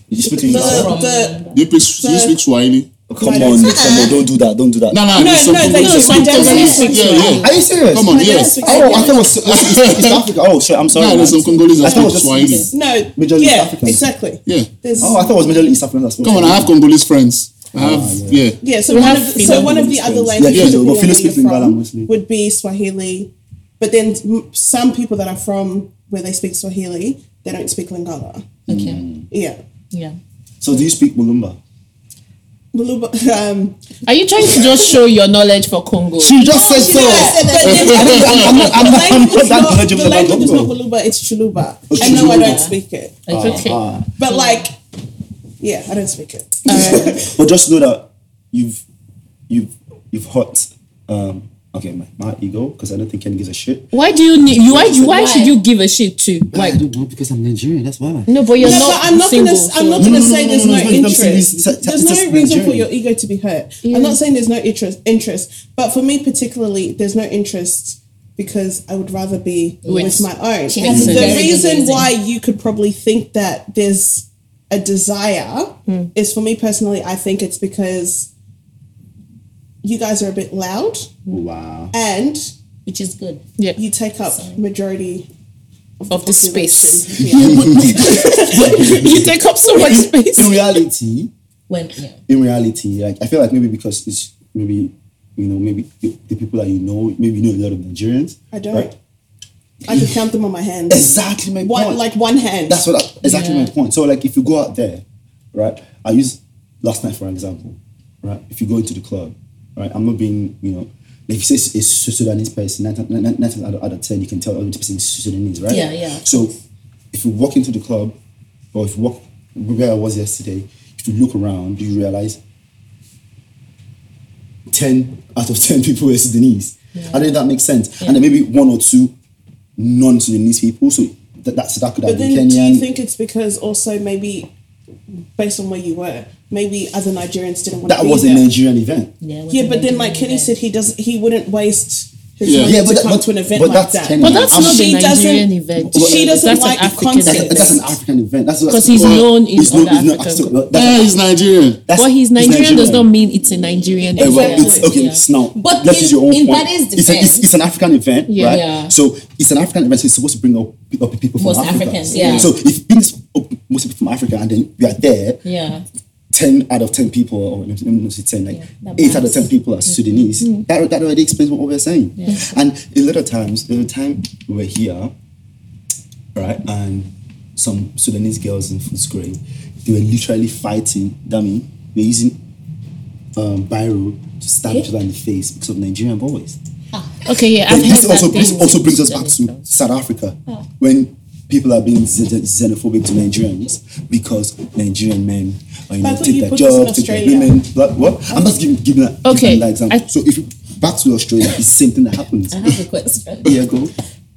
Speaker 2: Did you speak
Speaker 7: The,
Speaker 2: English?
Speaker 7: the,
Speaker 4: Do you speak, do you speak Swahili?
Speaker 2: Come on, come on, don't do that, don't do that.
Speaker 4: No, no, no.
Speaker 7: no, they do. My dad speaks
Speaker 4: Yeah, yeah.
Speaker 2: Are you serious?
Speaker 4: Come on,
Speaker 7: My dad
Speaker 4: yes.
Speaker 7: speaks
Speaker 2: Oh, I thought it was it's, it's East Africa. Oh, shit, I'm sorry.
Speaker 4: No,
Speaker 2: man.
Speaker 4: there's some Congolese
Speaker 2: I
Speaker 4: that
Speaker 2: thought it
Speaker 4: speak
Speaker 2: was
Speaker 4: Swahili.
Speaker 2: just
Speaker 7: no,
Speaker 2: Majority
Speaker 7: yeah,
Speaker 2: African.
Speaker 7: exactly.
Speaker 4: Yeah.
Speaker 7: There's,
Speaker 2: Oh, I thought it was Middle East African that spoke.
Speaker 4: Come on, I have Congolese friends. I
Speaker 2: Ah,
Speaker 4: have, yeah.
Speaker 7: Yeah, so one, of, so one of the other
Speaker 2: Yeah, yeah,
Speaker 7: languages depending
Speaker 2: but
Speaker 7: on where
Speaker 2: Philo speaks
Speaker 7: you're
Speaker 2: Lingala
Speaker 7: from,
Speaker 2: mostly.
Speaker 7: would be Swahili, but then m- some people that are from where they speak Swahili, they don't speak Lingala.
Speaker 2: Mm.
Speaker 6: Okay.
Speaker 7: Yeah,
Speaker 6: Yeah.
Speaker 2: So do you speak Mulumba?
Speaker 7: Muluba. Um,
Speaker 5: Are you trying to just show your knowledge for Congo?
Speaker 2: She just said so. I'm not. I'm
Speaker 7: the
Speaker 2: not. I'm
Speaker 7: language
Speaker 2: not
Speaker 7: is
Speaker 2: that
Speaker 7: not,
Speaker 2: knowledgeable
Speaker 7: the
Speaker 2: about
Speaker 7: language is not
Speaker 2: Congo.
Speaker 7: Muluba, it's Chuluba,
Speaker 2: Oh,
Speaker 7: and no, I
Speaker 2: Chuluba.
Speaker 7: don't speak it.
Speaker 5: Okay.
Speaker 2: Ah,
Speaker 7: But like, yeah, I don't speak it.
Speaker 2: but just know that you've you've you've hurt. Um, okay, my, my ego because I don't think Ken gives a shit.
Speaker 5: Why do you need? You, why, do- why should you give a shit to?
Speaker 2: I
Speaker 5: Why?
Speaker 2: don't know because I'm Nigerian. That's why.
Speaker 5: No, but you're
Speaker 7: No,
Speaker 5: not
Speaker 7: but I'm not
Speaker 5: single.
Speaker 7: gonna. I'm not
Speaker 5: so-
Speaker 7: gonna
Speaker 2: no, no,
Speaker 7: say
Speaker 2: no,
Speaker 7: there's
Speaker 2: no,
Speaker 7: no,
Speaker 2: no, no, no, I'm serious. It's
Speaker 7: interest.
Speaker 2: a- it's
Speaker 7: There's
Speaker 2: just
Speaker 7: no reason for
Speaker 2: Nigerian.
Speaker 7: your ego to be hurt. I'm not saying there's no interest. Interest, but for me particularly, there's no interest because I would rather be with my own.
Speaker 6: has a
Speaker 7: The
Speaker 6: very good
Speaker 7: reason
Speaker 6: reason.
Speaker 7: why you could probably think that there's a desire is for me personally. I think it's because you guys are a bit loud
Speaker 2: Wow.
Speaker 7: and
Speaker 6: Which is good.
Speaker 7: you take up majority
Speaker 5: of the space.
Speaker 7: Yeah.
Speaker 5: you take up so much
Speaker 2: In
Speaker 5: space.
Speaker 2: reality,
Speaker 6: When yeah.
Speaker 2: in reality, like I feel like maybe because it's maybe you know maybe the, the people that you know maybe you know a lot of Nigerians.
Speaker 7: I don't. I could count them on my hands.
Speaker 2: Exactly my
Speaker 7: One,
Speaker 2: point.
Speaker 7: like one hand.
Speaker 2: that's what I, exactly my point. So like if you go out there, right? I use last night for an example, right? If you go into the club, right? I'm not being you know. Like if you say it's a Sudanese person, nine, nine, nine times out of, out of ten, you can tell oh, the person is Sudanese, right?
Speaker 6: Yeah, yeah.
Speaker 2: So if you walk into the club, or if you walk where I was yesterday, if you look around, you realize 10 out of 10 people were Sudanese. I don't know if that makes sense. And then maybe one or two non Sudanese people. So that, that's, that could have
Speaker 7: But
Speaker 2: been
Speaker 7: then, do you
Speaker 2: Kenyan.
Speaker 7: think it's because also maybe based on where you were, maybe other Nigerians didn't want to
Speaker 2: that
Speaker 7: be
Speaker 2: was a
Speaker 7: there.
Speaker 2: Nigerian event.
Speaker 7: Yeah, but then like Kenny said, he does he wouldn't waste his
Speaker 2: Yeah.
Speaker 7: money
Speaker 2: Yeah,
Speaker 7: to
Speaker 2: but that-
Speaker 7: come
Speaker 2: but-
Speaker 7: to an event
Speaker 2: but
Speaker 7: like
Speaker 2: that's
Speaker 7: that.
Speaker 2: Kenny. But that's I'm- not a
Speaker 7: She doesn't-
Speaker 2: Nigerian
Speaker 5: event.
Speaker 7: She doesn't
Speaker 5: That's an
Speaker 7: like the
Speaker 5: African
Speaker 7: concept.
Speaker 5: event.
Speaker 2: That's an African event. That's
Speaker 5: Because he's known in
Speaker 2: he's known-
Speaker 5: other
Speaker 2: he's known-
Speaker 5: African
Speaker 2: so-
Speaker 5: countries.
Speaker 2: that's-
Speaker 4: Yeah, he's Nigerian.
Speaker 2: that's-
Speaker 5: But he's
Speaker 2: he's
Speaker 5: Nigerian, does
Speaker 2: Nigerian.
Speaker 5: not mean it's a Nigerian
Speaker 2: Yeah, well,
Speaker 5: event.
Speaker 2: it's okay. It's now.
Speaker 6: But
Speaker 2: let's
Speaker 6: in-
Speaker 2: use your own
Speaker 6: in
Speaker 2: point.
Speaker 6: Bade's
Speaker 2: it's, a- it's,
Speaker 6: defense-
Speaker 2: it's an African event,
Speaker 6: Yeah.
Speaker 2: right?
Speaker 6: Yeah.
Speaker 2: So it's an African event. So it's supposed to bring up, up people from
Speaker 6: Most
Speaker 2: Africa.
Speaker 6: Africans, yeah.
Speaker 2: So if it brings up most people from Africa, and then you are there,
Speaker 6: Yeah.
Speaker 2: ten out of ten people, or let me not say ten, like
Speaker 6: that
Speaker 2: eight out of
Speaker 6: matters. Mm.
Speaker 2: ten people are Sudanese. That, that already explains what we're saying. And a lot of times, the time we were here, right, and some Sudanese girls in fourth grade, they were literally fighting. Dummy, they're using um, biro to stab each other in the face because of Nigerian boys.
Speaker 5: Okay, yeah, I've
Speaker 2: And
Speaker 5: heard
Speaker 2: this also,
Speaker 5: that
Speaker 2: this
Speaker 5: thing
Speaker 2: also
Speaker 5: with
Speaker 2: brings us back
Speaker 5: Sudanese
Speaker 2: to South Africa when people are being xen- xenophobic to Nigerians because Nigerian men are, you
Speaker 7: But I
Speaker 2: know,
Speaker 7: thought
Speaker 2: take
Speaker 7: you
Speaker 2: their
Speaker 7: put this in
Speaker 2: jobs, take their
Speaker 7: Australia.
Speaker 2: women. But what? I'm just giving, giving, that, giving
Speaker 5: Okay,
Speaker 2: that example.
Speaker 5: I-
Speaker 2: so if you back to Australia, it's the same thing that happens.
Speaker 6: I
Speaker 7: Uh-huh.
Speaker 6: have a question.
Speaker 2: Yeah, go.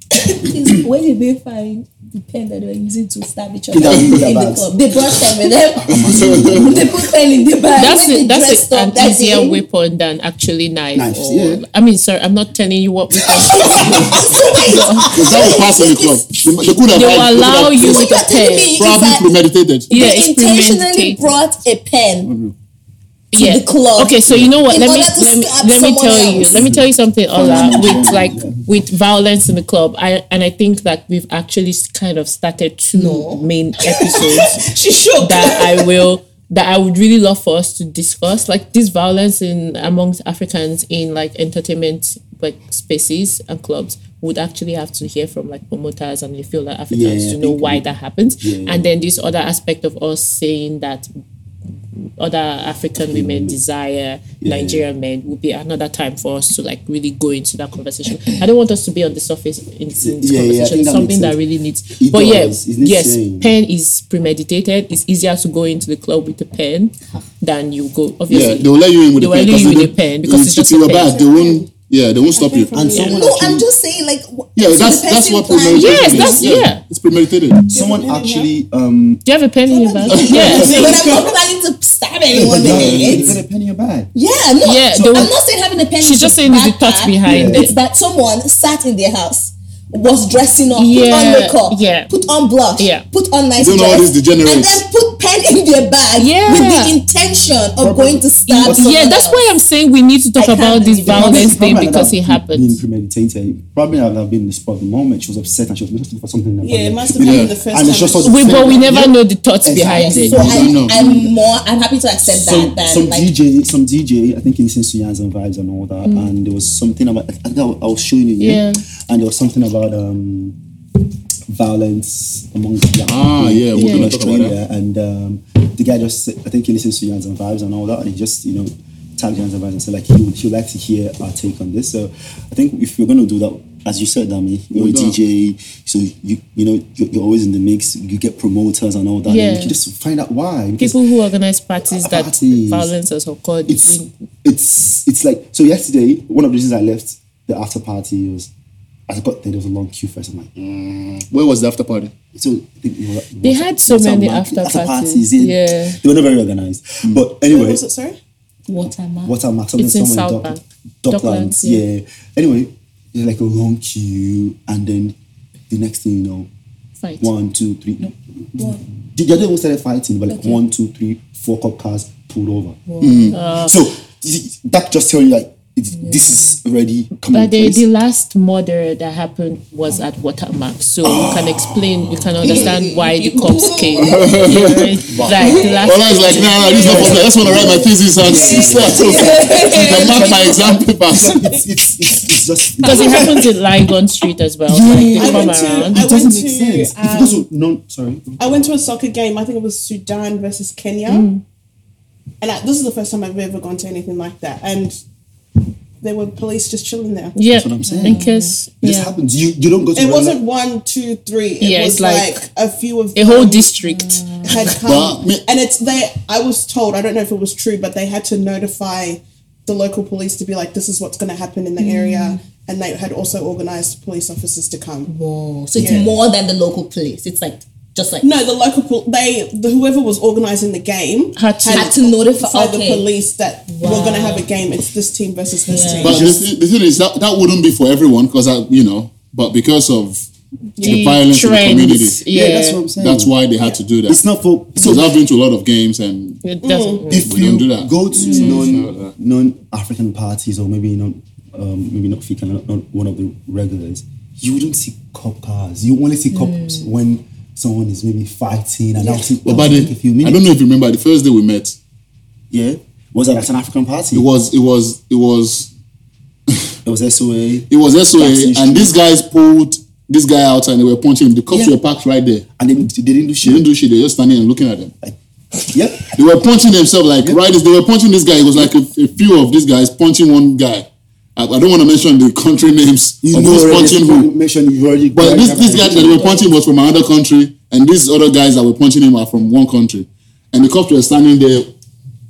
Speaker 6: Please, where did they find the pen that they were using to stab each other
Speaker 2: In
Speaker 6: in,
Speaker 2: their- in their
Speaker 6: the
Speaker 2: bags.
Speaker 6: club? They brought them and then they put pen in the bag.
Speaker 5: that's
Speaker 6: They
Speaker 5: it. That's
Speaker 6: dressed
Speaker 5: it,
Speaker 6: up
Speaker 5: an
Speaker 6: that
Speaker 5: easier
Speaker 6: day.
Speaker 5: weapon than actually knife.
Speaker 2: Knives,
Speaker 5: or,
Speaker 2: yeah.
Speaker 5: I mean, sorry, I'm not telling you what weapon.
Speaker 4: Because that was part of the club. They, they could
Speaker 5: they
Speaker 4: have. they could
Speaker 5: will
Speaker 4: have
Speaker 5: allow you with
Speaker 6: You're
Speaker 5: a
Speaker 6: telling
Speaker 5: pen.
Speaker 6: me
Speaker 4: Probably
Speaker 6: that
Speaker 4: premeditated.
Speaker 5: Yeah,
Speaker 6: they intentionally
Speaker 5: experimentate.
Speaker 6: brought a
Speaker 4: Mm-hmm.
Speaker 6: pen.
Speaker 5: yeah.
Speaker 6: the club
Speaker 5: Okay, so you know what?
Speaker 6: in
Speaker 5: Let me
Speaker 6: order to
Speaker 5: let me,
Speaker 6: stab
Speaker 5: let me
Speaker 6: someone
Speaker 5: tell
Speaker 6: else.
Speaker 5: you. Let me tell you something, Ola.
Speaker 2: Someone
Speaker 5: With
Speaker 2: else.
Speaker 5: like
Speaker 2: Yeah.
Speaker 5: with violence in the club, I and I think that we've actually s- kind of started two main episodes
Speaker 7: She shook.
Speaker 5: that I will that I would really love for us to discuss, like this violence in amongst Africans in like entertainment like spaces and clubs would actually have to hear from like promoters and feel like Africans
Speaker 2: Yeah,
Speaker 5: to
Speaker 2: I
Speaker 5: know
Speaker 2: think
Speaker 5: why
Speaker 2: we-
Speaker 5: that happens.
Speaker 2: Yeah, yeah.
Speaker 5: And then this other aspect of us saying that other African women desire Nigerian men would be another time for us to like really go into that conversation. I don't want us to be on the surface in, in this
Speaker 2: yeah, I
Speaker 5: conversation.
Speaker 2: think
Speaker 5: it's
Speaker 2: that
Speaker 5: something
Speaker 2: makes
Speaker 5: that
Speaker 2: sense.
Speaker 5: really needs.
Speaker 2: It
Speaker 5: but
Speaker 2: does. It
Speaker 5: yeah,
Speaker 2: needs
Speaker 5: yes,
Speaker 2: sharing.
Speaker 5: pen is premeditated. It's easier to go into the club with a pen than you go.
Speaker 4: Yeah,
Speaker 5: Obviously,
Speaker 4: they will let you in with
Speaker 5: They
Speaker 4: a
Speaker 5: will let
Speaker 4: pen.
Speaker 5: you
Speaker 4: 'cause
Speaker 5: in
Speaker 4: they
Speaker 5: with a
Speaker 4: don't-
Speaker 5: pen
Speaker 4: they
Speaker 5: because
Speaker 4: will
Speaker 5: it's
Speaker 4: chip
Speaker 5: just
Speaker 4: you
Speaker 5: a pen.
Speaker 4: back. They won't. Yeah, they won't stop you.
Speaker 2: And someone
Speaker 6: No,
Speaker 2: actually,
Speaker 6: I'm just saying, like, w-
Speaker 4: Yeah,
Speaker 6: so
Speaker 4: that's
Speaker 6: the
Speaker 4: that's
Speaker 6: person
Speaker 4: what
Speaker 6: planned-
Speaker 4: premeditation
Speaker 5: Yes,
Speaker 4: is.
Speaker 5: that's- yeah.
Speaker 4: It's premeditated. Ah,
Speaker 2: someone actually, um,
Speaker 5: do you have a pen in your bag?
Speaker 6: But
Speaker 5: Yeah,
Speaker 6: I'm not planning to stab anyone in
Speaker 2: you got
Speaker 6: it.
Speaker 2: a pen in your bag.
Speaker 6: Yeah, no.
Speaker 5: Yeah, they
Speaker 6: I'm
Speaker 5: will-
Speaker 6: not saying having a pen.
Speaker 5: she's
Speaker 6: is
Speaker 5: just
Speaker 6: a
Speaker 5: saying it's the
Speaker 6: bad
Speaker 5: thought
Speaker 6: act.
Speaker 5: behind
Speaker 6: It's
Speaker 5: it.
Speaker 6: that someone sat in their house, was dressing up,
Speaker 5: Yeah,
Speaker 6: put on makeup,
Speaker 5: yeah.
Speaker 6: put on blush,
Speaker 5: Yeah.
Speaker 6: put on nice
Speaker 4: Doing all
Speaker 6: dress,
Speaker 4: these degenerates.
Speaker 6: and then put pen in their bag
Speaker 5: Yeah.
Speaker 6: with the intention of going to stab. someone
Speaker 5: yeah. That's
Speaker 6: else.
Speaker 5: why I'm saying we need to talk
Speaker 6: I can't
Speaker 5: about this
Speaker 6: believe it. Probably-
Speaker 5: violence
Speaker 2: Probably
Speaker 5: thing
Speaker 2: I'd
Speaker 5: because
Speaker 2: have
Speaker 5: it
Speaker 2: Been
Speaker 5: happens.
Speaker 2: premeditated. Probably I'd have been in the spot of the moment. She was upset and she was looking for something.
Speaker 7: Yeah, it must have been the first
Speaker 2: And it's just
Speaker 7: time.
Speaker 2: sort of
Speaker 5: We, but we
Speaker 2: thing.
Speaker 5: never know the thoughts
Speaker 2: Exactly.
Speaker 5: behind it.
Speaker 6: So
Speaker 2: You
Speaker 6: I'm,
Speaker 4: don't know.
Speaker 6: I'm more. I'm happy to accept
Speaker 2: some,
Speaker 6: that. Than
Speaker 2: some
Speaker 6: like,
Speaker 2: DJ, some DJ, I think he listens to Yans and Vibes and all that. And there was something about I think I was I was showing you,
Speaker 5: Mm. Yeah.
Speaker 2: And there was something about um, violence amongst black
Speaker 4: Ah,
Speaker 2: people
Speaker 4: yeah, we're
Speaker 2: in
Speaker 4: gonna talk about
Speaker 2: Australia. And um, the guy just, said- I think he listens to Yans and Vibes and all that. And he just, you know, tagged Yans and Vibes and said like he would, he would like to hear our take on this. So I think if you're gonna do that. As you said, Dami, you're a
Speaker 4: Well done.
Speaker 2: DJ, so you you know you're, you're always in the mix. You get promoters and all that.
Speaker 5: Yeah.
Speaker 2: And you can just find out why. because-
Speaker 5: people who organize parties that
Speaker 2: Parties.
Speaker 5: violence has occurred
Speaker 2: it's
Speaker 5: between
Speaker 2: it's it's like so yesterday one of the reasons i left the after party was i got there there was a long queue first i'm like mm.
Speaker 4: Where was the after party?
Speaker 2: so I think it was-
Speaker 5: They had so
Speaker 2: Watermark-
Speaker 5: many after parties, yeah.
Speaker 2: they were not very organized but
Speaker 7: What
Speaker 2: anyway
Speaker 7: was it, sorry?
Speaker 6: watermark.
Speaker 2: watermark something
Speaker 5: It's in
Speaker 2: somewhere
Speaker 5: South
Speaker 2: Dock-
Speaker 5: Bank.
Speaker 2: docklands
Speaker 5: Docklands,
Speaker 2: yeah. anyway there's like a long queue and then the next thing you know
Speaker 5: fight.
Speaker 2: one, two, three. No, the the other one started fighting, but like one, two, three, four cop cars pulled over. Mm.
Speaker 7: Uh,
Speaker 2: so th- that just tells you like it, this is already coming.
Speaker 5: But the, the last murder that happened was at Watermark, so you can explain, you can understand why the cops came. Yeah, like the last,
Speaker 4: Ola is like, nah, nah, this is not for me. I just want to write my thesis and start over. You can mark my exam papers.
Speaker 2: it's, it's, it's, it's just
Speaker 5: because it happens in Lygon Street as well.
Speaker 2: Yeah.
Speaker 5: Like
Speaker 7: I
Speaker 5: they come
Speaker 7: went to-
Speaker 5: around.
Speaker 7: I
Speaker 2: it doesn't
Speaker 7: went
Speaker 2: make
Speaker 7: to,
Speaker 2: sense. If
Speaker 7: um,
Speaker 2: it also no, sorry.
Speaker 7: I went to a soccer game. I think it was Sudan versus Kenya, and I, this is the first time I've ever gone to anything like that. And there were police just chilling there.
Speaker 5: yeah,
Speaker 2: That's what I'm saying.
Speaker 5: In case,
Speaker 2: It just
Speaker 5: yeah.
Speaker 2: happens. You you don't go to
Speaker 7: It
Speaker 2: Rwanda.
Speaker 7: wasn't one, two, three. It
Speaker 5: Yeah,
Speaker 7: was
Speaker 5: it's like
Speaker 7: like, a few of
Speaker 5: a whole
Speaker 7: them
Speaker 5: district.
Speaker 7: had
Speaker 4: Well,
Speaker 7: come,
Speaker 4: me-
Speaker 7: and it's they. I was told. I don't know if it was true, but they had to notify the local police to be like, this is what's going to happen in the area. And they had also organized police officers to come.
Speaker 6: Mm. Whoa. So it's more than the local police. It's like just like
Speaker 7: No, the local pol- they the, whoever was organising the game
Speaker 6: Had to- Had to notify-
Speaker 7: notify
Speaker 6: okay.
Speaker 7: the police that we're going to have a game. It's this team versus this team.
Speaker 4: But the, thi- the thing is that that wouldn't be for everyone because I, you know, but because of the
Speaker 7: The
Speaker 4: violence
Speaker 7: trends,
Speaker 4: in the community,
Speaker 2: yeah. Yeah, that's what I'm saying.
Speaker 4: That's why they had to do that.
Speaker 2: It's not for
Speaker 4: because I've been to a lot of games and
Speaker 5: It
Speaker 2: Mm. If
Speaker 4: we
Speaker 2: you
Speaker 4: don't do that.
Speaker 2: go to
Speaker 4: Mm.
Speaker 2: non non African parties or maybe not um, maybe not Fika, not, not one of the regulars, you wouldn't see cop cars. You only see cops when someone is maybe fighting and that's
Speaker 4: But by the, I don't know if you remember the first day we met.
Speaker 2: Yeah, was that at an African party?
Speaker 4: It was. It was. It was.
Speaker 2: it was SOA.
Speaker 4: It was SOA, and these guys pulled this guy out, and they were punching him. The cops were parked right there,
Speaker 2: and they, they didn't do shit.
Speaker 4: They didn't do shit. They were just standing and looking at them.
Speaker 2: Yep.
Speaker 4: They were punching themselves like right. They were punching this guy. It was like a, a few of these guys punching one guy. I, I don't want to mention the country names
Speaker 2: You
Speaker 4: of
Speaker 2: know
Speaker 4: who's
Speaker 2: already,
Speaker 4: punching
Speaker 2: you
Speaker 4: who.
Speaker 2: mentioned you already
Speaker 4: But
Speaker 2: got-
Speaker 4: this this guy that they were punching was from another country, and these other guys that were punching him are from one country. And the cops were standing there,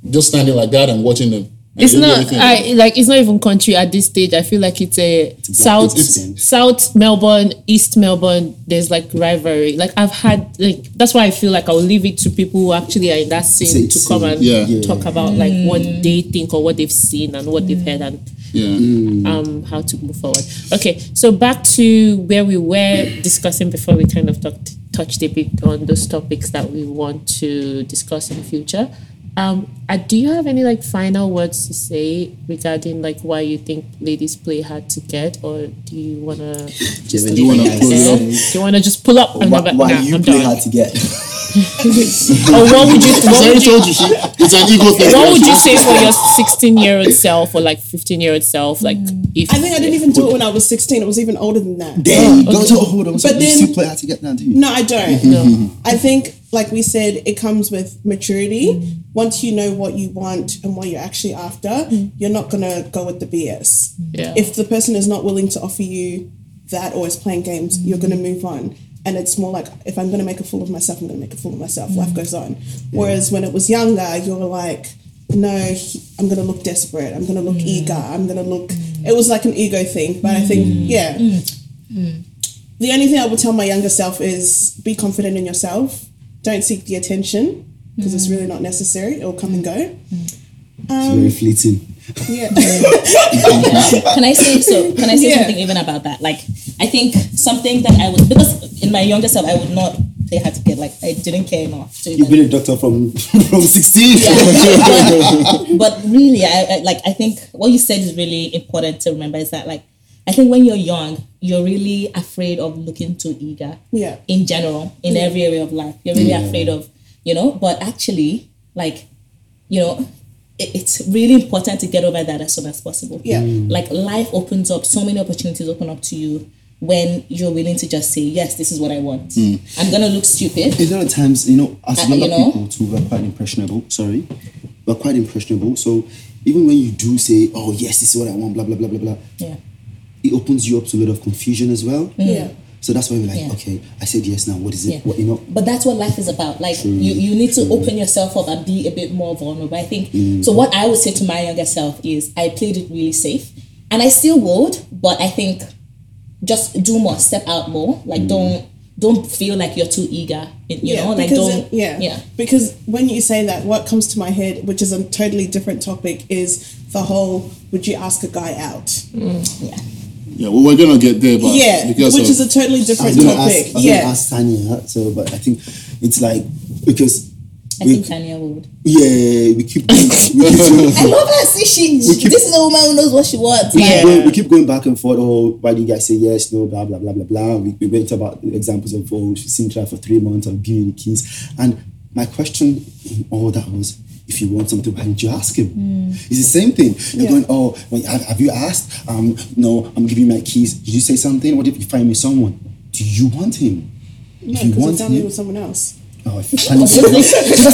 Speaker 4: just standing like that and watching them. And
Speaker 5: It's
Speaker 4: they didn't do
Speaker 5: not
Speaker 4: anything.
Speaker 5: I, like it's not even country at this stage. I feel like it's a south
Speaker 4: it's-
Speaker 5: South Melbourne, East Melbourne. There's like rivalry. Like I've had like that's why I feel like I'll leave it to people who actually are in that scene to come and
Speaker 4: yeah. Yeah.
Speaker 5: talk about like what they think or what they've seen and what they've heard and
Speaker 4: yeah.
Speaker 5: um how to move forward. Okay, so back to where we were discussing before we kind of talked touched a bit on those topics that we want to discuss in the future. Um, uh, do you have any like final words to say regarding like why you think ladies play hard to get, or do you wanna just
Speaker 2: do
Speaker 5: leave
Speaker 2: you wanna
Speaker 5: it
Speaker 2: pull it
Speaker 5: there?
Speaker 2: up?
Speaker 5: Do you wanna just pull up? I'm
Speaker 2: Why,
Speaker 5: not-
Speaker 2: why
Speaker 5: nah,
Speaker 2: you
Speaker 5: I'm
Speaker 2: play
Speaker 5: done.
Speaker 2: hard to get?
Speaker 5: Or what would you? What would you
Speaker 4: it's an ego thing.
Speaker 5: what would you say for your 16 year old self or like 15 year old self? Like, if
Speaker 7: Mm. I think I didn't even do it when I was 16. It was even older than that.
Speaker 2: Damn, you don't hold on.
Speaker 7: But
Speaker 2: so you
Speaker 7: then-
Speaker 2: still play hard to get now, do you?
Speaker 7: No, I don't.
Speaker 2: No.
Speaker 7: Mm-hmm. I think, like we said, it comes with maturity. Once you know what you want and what you're actually after, you're not going to go with the BS.
Speaker 5: Yeah.
Speaker 7: If the person is not willing to offer you that or is playing games, you're going to move on. And it's more like, if I'm going to make a fool of myself, I'm going to make a fool of myself. Life goes on. Whereas when it was younger, you were like, no, he- I'm going to look desperate. I'm going to look eager. I'm going to look. It was like an ego thing. But I think, yeah the only thing I would tell my younger self is be confident in yourself. Don't seek the attention because it's really not necessary. It'll come and go.
Speaker 2: Mm. It's very fleeting.
Speaker 7: Yeah.
Speaker 6: can I say so? Can I say
Speaker 7: Yeah.
Speaker 6: something even about that? Like, I think something that I would because in my younger self I would not play hard to get. Like, I didn't care enough. To
Speaker 2: You've
Speaker 6: even,
Speaker 2: been a doctor from from 16.
Speaker 6: but really, I, I like. I think what you said is really important to remember. Is that like, I think when you're young, you're really afraid of looking too eager.
Speaker 7: Yeah.
Speaker 6: in general in every area of life you're really
Speaker 7: Yeah.
Speaker 6: afraid of you know but actually like you know it, it's really important to get over that as soon as possible
Speaker 7: Yeah. Mm.
Speaker 6: like life opens up so many opportunities open up to you when you're willing to just say yes this is what i want
Speaker 2: Mm.
Speaker 6: i'm gonna look stupid
Speaker 2: A lot of times, you know, as
Speaker 6: Uh,
Speaker 2: younger
Speaker 6: you know?
Speaker 2: people too, we're quite impressionable. Sorry, we're quite impressionable. So even when you do say, "Oh yes, this is what I want," blah blah blah blah blah,
Speaker 6: yeah
Speaker 2: it opens you up to a lot of confusion as well.
Speaker 6: Mm. Yeah.
Speaker 2: So that's why we're like,
Speaker 6: Yeah.
Speaker 2: okay, I said yes now. What is it?
Speaker 6: Yeah.
Speaker 2: What you know?
Speaker 6: but that's what life is about like
Speaker 2: True,
Speaker 6: you, you need to
Speaker 2: true.
Speaker 6: open yourself up and be a bit more vulnerable i think
Speaker 2: Mm.
Speaker 6: so what i would say to my younger self is i played it really safe and i still would but i think just do more step out more like
Speaker 2: Mm.
Speaker 6: don't don't feel like you're too eager you know like
Speaker 7: because
Speaker 6: don't
Speaker 7: it- yeah.
Speaker 6: yeah
Speaker 7: Because when you say that, what comes to my head, which is a totally different topic, is the whole would you ask a guy out?
Speaker 6: Yeah.
Speaker 4: Yeah, well, we're gonna get there, but
Speaker 7: Yeah,
Speaker 4: because
Speaker 7: which
Speaker 4: of-
Speaker 7: is a totally
Speaker 2: I was
Speaker 7: different
Speaker 2: gonna
Speaker 7: topic.
Speaker 2: ask, I was
Speaker 7: yeah.
Speaker 2: gonna ask Tanya. So, but I think it's like because
Speaker 6: i think tanya would
Speaker 2: yeah, we keep we keep
Speaker 6: i love her see she
Speaker 2: We keep-
Speaker 6: this is a woman who knows what she wants
Speaker 2: we,
Speaker 6: like,
Speaker 2: keep going, we keep going back and forth. Oh, why do you guys say yes, no, blah, blah, blah, blah, blah. We, we went about examples of, oh, she's seen try for three months of giving the keys. And my question in all that was, if you want something, why didn't you ask him?
Speaker 5: Hmm.
Speaker 2: It's the same thing. You're
Speaker 7: Yeah.
Speaker 2: going, oh, well, have, have you asked? Um, no, I'm giving you my keys. Did you say something? What if you find me someone? Do you want him?
Speaker 7: No,
Speaker 2: if you
Speaker 7: because I'm
Speaker 2: want
Speaker 7: done
Speaker 2: him,
Speaker 7: with someone else.
Speaker 2: Oh, if you find that's,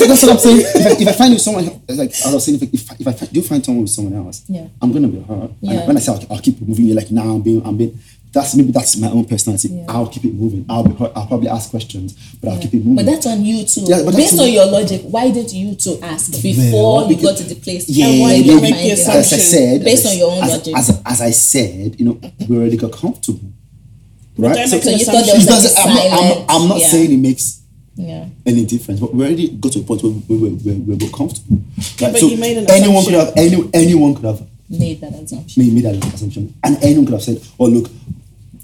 Speaker 2: that's what I'm saying. If I, if I find you someone, it's like as I was saying, if I, if I, if I find, do find someone with someone else,
Speaker 6: Yeah.
Speaker 2: I'm gonna be hurt.
Speaker 6: Yeah.
Speaker 2: And when I say I'll, I'll keep moving you, like now I'm being, I'm being, That's maybe that's my own personality. I'll keep it moving. I'll be, I'll probably ask questions, but I'll keep it moving.
Speaker 6: But that's on you too.
Speaker 2: Yeah, but that's
Speaker 6: Based
Speaker 2: on-
Speaker 6: on your logic, why did you two ask before
Speaker 2: Well,
Speaker 6: you
Speaker 2: because-
Speaker 6: got to the place?
Speaker 2: yeah,
Speaker 6: and why
Speaker 2: yeah,
Speaker 6: you
Speaker 2: yeah,
Speaker 6: don't mind
Speaker 2: as
Speaker 6: it?
Speaker 2: I said,
Speaker 6: Based
Speaker 2: as-
Speaker 6: on your own
Speaker 2: as,
Speaker 6: logic.
Speaker 2: As, as I said, you know, we already got comfortable, right?
Speaker 7: don't
Speaker 2: So
Speaker 7: make an
Speaker 6: So you thought there
Speaker 2: it
Speaker 6: was like
Speaker 2: doesn't-
Speaker 6: a
Speaker 2: I'm, not, I'm not-
Speaker 6: silence.
Speaker 2: I'm not
Speaker 6: yeah.
Speaker 2: saying it makes
Speaker 6: Yeah.
Speaker 2: any difference, but we already got to a point where we were, where we were comfortable. Right?
Speaker 7: But
Speaker 2: so
Speaker 7: you made an
Speaker 2: anyone could
Speaker 7: assumption.
Speaker 2: have any, anyone could have
Speaker 6: Made that assumption.
Speaker 2: made, made that assumption, and anyone could have said, "Oh, look,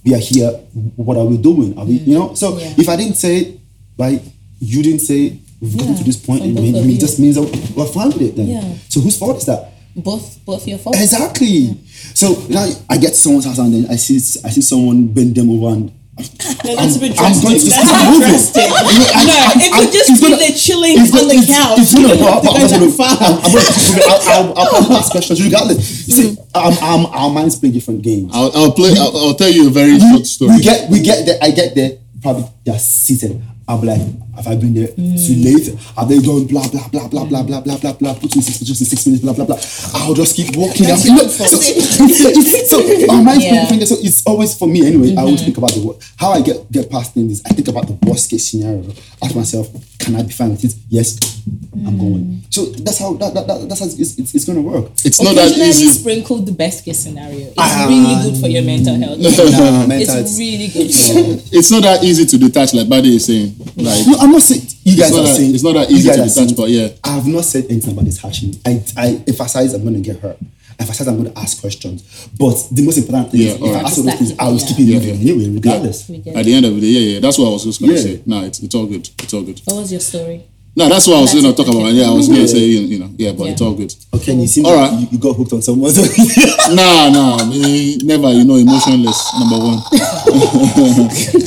Speaker 2: we are here. What are we doing? Are we, you know?" So
Speaker 6: Yeah.
Speaker 2: if I didn't say it, like you didn't say it, we've gotten
Speaker 6: Yeah.
Speaker 2: to this point. It,
Speaker 6: From
Speaker 2: may,
Speaker 6: both of
Speaker 2: it
Speaker 6: you.
Speaker 2: just means that we're fine with it then.
Speaker 6: Yeah.
Speaker 2: So whose fault is that?
Speaker 6: Both both your fault.
Speaker 2: Exactly. So now I get to someone's house and then I see I see someone bend them over and.
Speaker 7: No, that's a bit
Speaker 2: I'm
Speaker 7: drastic.
Speaker 2: going to
Speaker 7: That's
Speaker 2: stop
Speaker 7: not
Speaker 2: moving.
Speaker 7: drastic.
Speaker 2: You know, I-
Speaker 7: No,
Speaker 2: I-
Speaker 7: it
Speaker 2: I-
Speaker 7: could just
Speaker 2: it's
Speaker 7: be
Speaker 2: gonna-
Speaker 7: the chilling
Speaker 2: it's
Speaker 7: on
Speaker 2: gonna-
Speaker 7: the
Speaker 2: it's-
Speaker 7: couch.
Speaker 2: It's gonna,
Speaker 7: You don't
Speaker 2: but-
Speaker 7: have to
Speaker 2: but- but-
Speaker 7: go that far.
Speaker 2: I'm, I'm gonna, I'll, I'll, I'll probably ask questions regardless. You see, um, um, our minds play different games.
Speaker 4: I'll, I'll play. I'll, I'll tell you a very short story.
Speaker 2: We get, we get there. I get there. Probably they're seated. I'm like, have I been there too
Speaker 4: Mm.
Speaker 2: late? Have they done blah blah blah blah blah blah blah blah blah? Put me six, put me six minutes. Blah blah blah. I'll just keep walking. I'll be- so, so our minds play
Speaker 6: Yeah.
Speaker 2: different. So it's always for me anyway. I
Speaker 4: Mm-hmm.
Speaker 2: always think about the wor- how I get get past things. Is I think about the worst case scenario. Ask myself, can I be fine with it? Yes,
Speaker 4: Mm.
Speaker 2: I'm going. So that's how that, that, that that's how it's, it's, it's gonna Ah. work.
Speaker 4: It's not that
Speaker 6: Occasionally
Speaker 4: easy.
Speaker 6: sprinkle the best case scenario. It's really good for your mental health.
Speaker 2: Nah, mental,
Speaker 6: it's really good for
Speaker 4: It's not that easy to detach, like Buddy is saying. Like
Speaker 2: No, I'm not saying you guys
Speaker 4: It's not
Speaker 2: are
Speaker 4: that-
Speaker 2: saying
Speaker 4: it's not that
Speaker 2: you
Speaker 4: easy
Speaker 2: guys
Speaker 4: to
Speaker 2: are saying-
Speaker 4: detach, but yeah.
Speaker 2: I have not said anything about this hashing. I, I emphasize I'm gonna get hurt. I emphasize I'm gonna ask questions. But the most important thing
Speaker 4: Yeah,
Speaker 2: is if I
Speaker 4: alright.
Speaker 2: ask all those things, I was
Speaker 6: Yeah.
Speaker 2: keeping it moving anyway, regardless.
Speaker 4: at the end of the day, yeah, yeah. That's what I was just gonna
Speaker 2: Yeah.
Speaker 4: say. Nah, it's, it's all good. It's all good.
Speaker 6: What was your story?
Speaker 4: No, that's what I was
Speaker 6: That's
Speaker 4: gonna
Speaker 6: it,
Speaker 4: talk
Speaker 6: okay.
Speaker 4: about. Yeah, I was gonna
Speaker 2: Yeah.
Speaker 4: say you, you know, yeah, but
Speaker 6: Yeah.
Speaker 4: it's all good.
Speaker 2: Okay, and you seem
Speaker 4: Alright.
Speaker 2: like you, you got hooked on someone.
Speaker 4: Nah, nah, me, never. You know, emotionless. Number one. all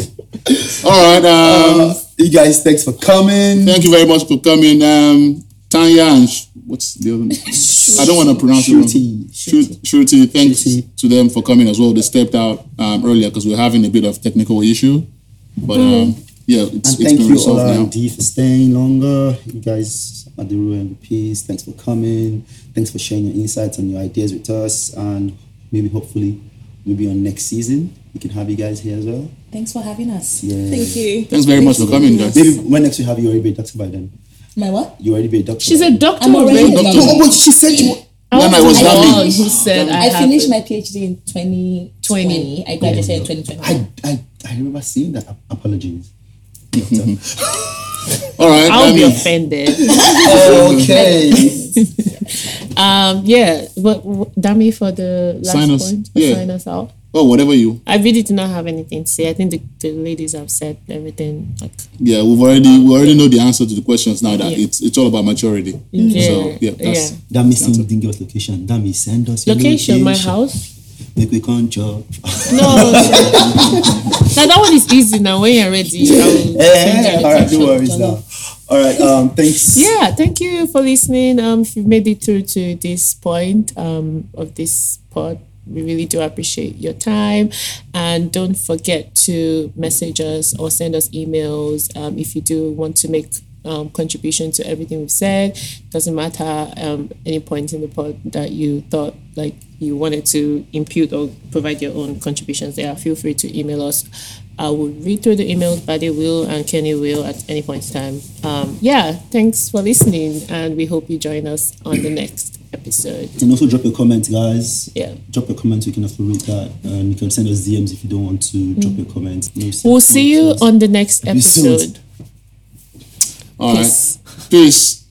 Speaker 4: right. Um,
Speaker 2: you guys, thanks for coming.
Speaker 4: thank you very much for coming. Um, Tanya and Sh- what's the other name? I don't want to pronounce it wrong.
Speaker 2: Shruti.
Speaker 4: Shruti. Shruti, thanks
Speaker 2: Shruti.
Speaker 4: to them for coming as well. They stepped out um, earlier because we are having a bit of technical issue, but um, yeah, it's,
Speaker 2: Mm. And
Speaker 4: it's
Speaker 2: thank
Speaker 4: been
Speaker 2: you,
Speaker 4: resolved
Speaker 2: Ola and
Speaker 4: now.
Speaker 2: Dee, for staying longer. You guys at the Rural MVPs, thanks for coming. Thanks for sharing your insights and your ideas with us. And maybe, hopefully, maybe on next season, we can have you guys here as well.
Speaker 6: Thanks for having us.
Speaker 2: Yeah.
Speaker 7: Thank you.
Speaker 4: Thanks very much for coming, guys.
Speaker 2: Maybe when next we have you already be a doctor by then.
Speaker 6: My what?
Speaker 2: You already be a doctor.
Speaker 5: She's a doctor
Speaker 6: I'm already
Speaker 5: already.
Speaker 6: a
Speaker 4: Doctor,
Speaker 6: doctor.
Speaker 2: Oh, but she said you.
Speaker 4: when I was
Speaker 6: I
Speaker 5: the one
Speaker 4: that
Speaker 6: was-
Speaker 5: who said I,
Speaker 6: I, finished
Speaker 5: have
Speaker 6: my PhD in 2020. I graduated in 2020.
Speaker 2: I, I, I remember seeing that. Apologies. Doctor.
Speaker 4: All right.
Speaker 5: I'll
Speaker 4: um,
Speaker 5: be offended.
Speaker 2: okay.
Speaker 5: Um, yeah, what, what Dami for the last
Speaker 4: Sign us-
Speaker 5: point?
Speaker 4: yeah.
Speaker 5: Sign us out.
Speaker 4: well, oh, whatever you.
Speaker 5: I really do not have anything to say. I think the, the ladies have said everything. Like,
Speaker 4: Yeah, we've already we already know the answer to the questions now. That
Speaker 5: Yeah.
Speaker 4: it's it's all about maturity.
Speaker 6: Mm.
Speaker 5: yeah,
Speaker 4: So yeah, that's
Speaker 5: yeah.
Speaker 2: That means you didn't give us location. That means send us your
Speaker 5: Location, my house.
Speaker 2: Make we come job.
Speaker 5: No, now that one is easy. Now when you're ready, I
Speaker 2: Yeah, Eh,
Speaker 5: will send you the
Speaker 4: Eh,
Speaker 2: all right,
Speaker 5: location.
Speaker 2: no worries now. All right, um, thanks.
Speaker 5: yeah thank you for listening um if you've made it through to this point um of this pod we really do appreciate your time and don't forget to message us or send us emails um, if you do want to make um, contribution to everything we've said doesn't matter um, any point in the pod that you thought like you wanted to impute or provide your own contributions there feel free to email us I will read through the emails by the will and Kenny will at any point in time. Um, yeah, thanks for listening, and we hope you join us on the next episode.
Speaker 2: And also drop your comment, guys.
Speaker 5: Yeah.
Speaker 2: Drop your comment. We can also read that, and you can send us DMs if you don't want to drop your comments. No
Speaker 5: Mm. We'll
Speaker 2: self-
Speaker 5: see you on the next
Speaker 2: Episode.
Speaker 5: episode.
Speaker 4: all right.
Speaker 5: Peace.
Speaker 4: Peace.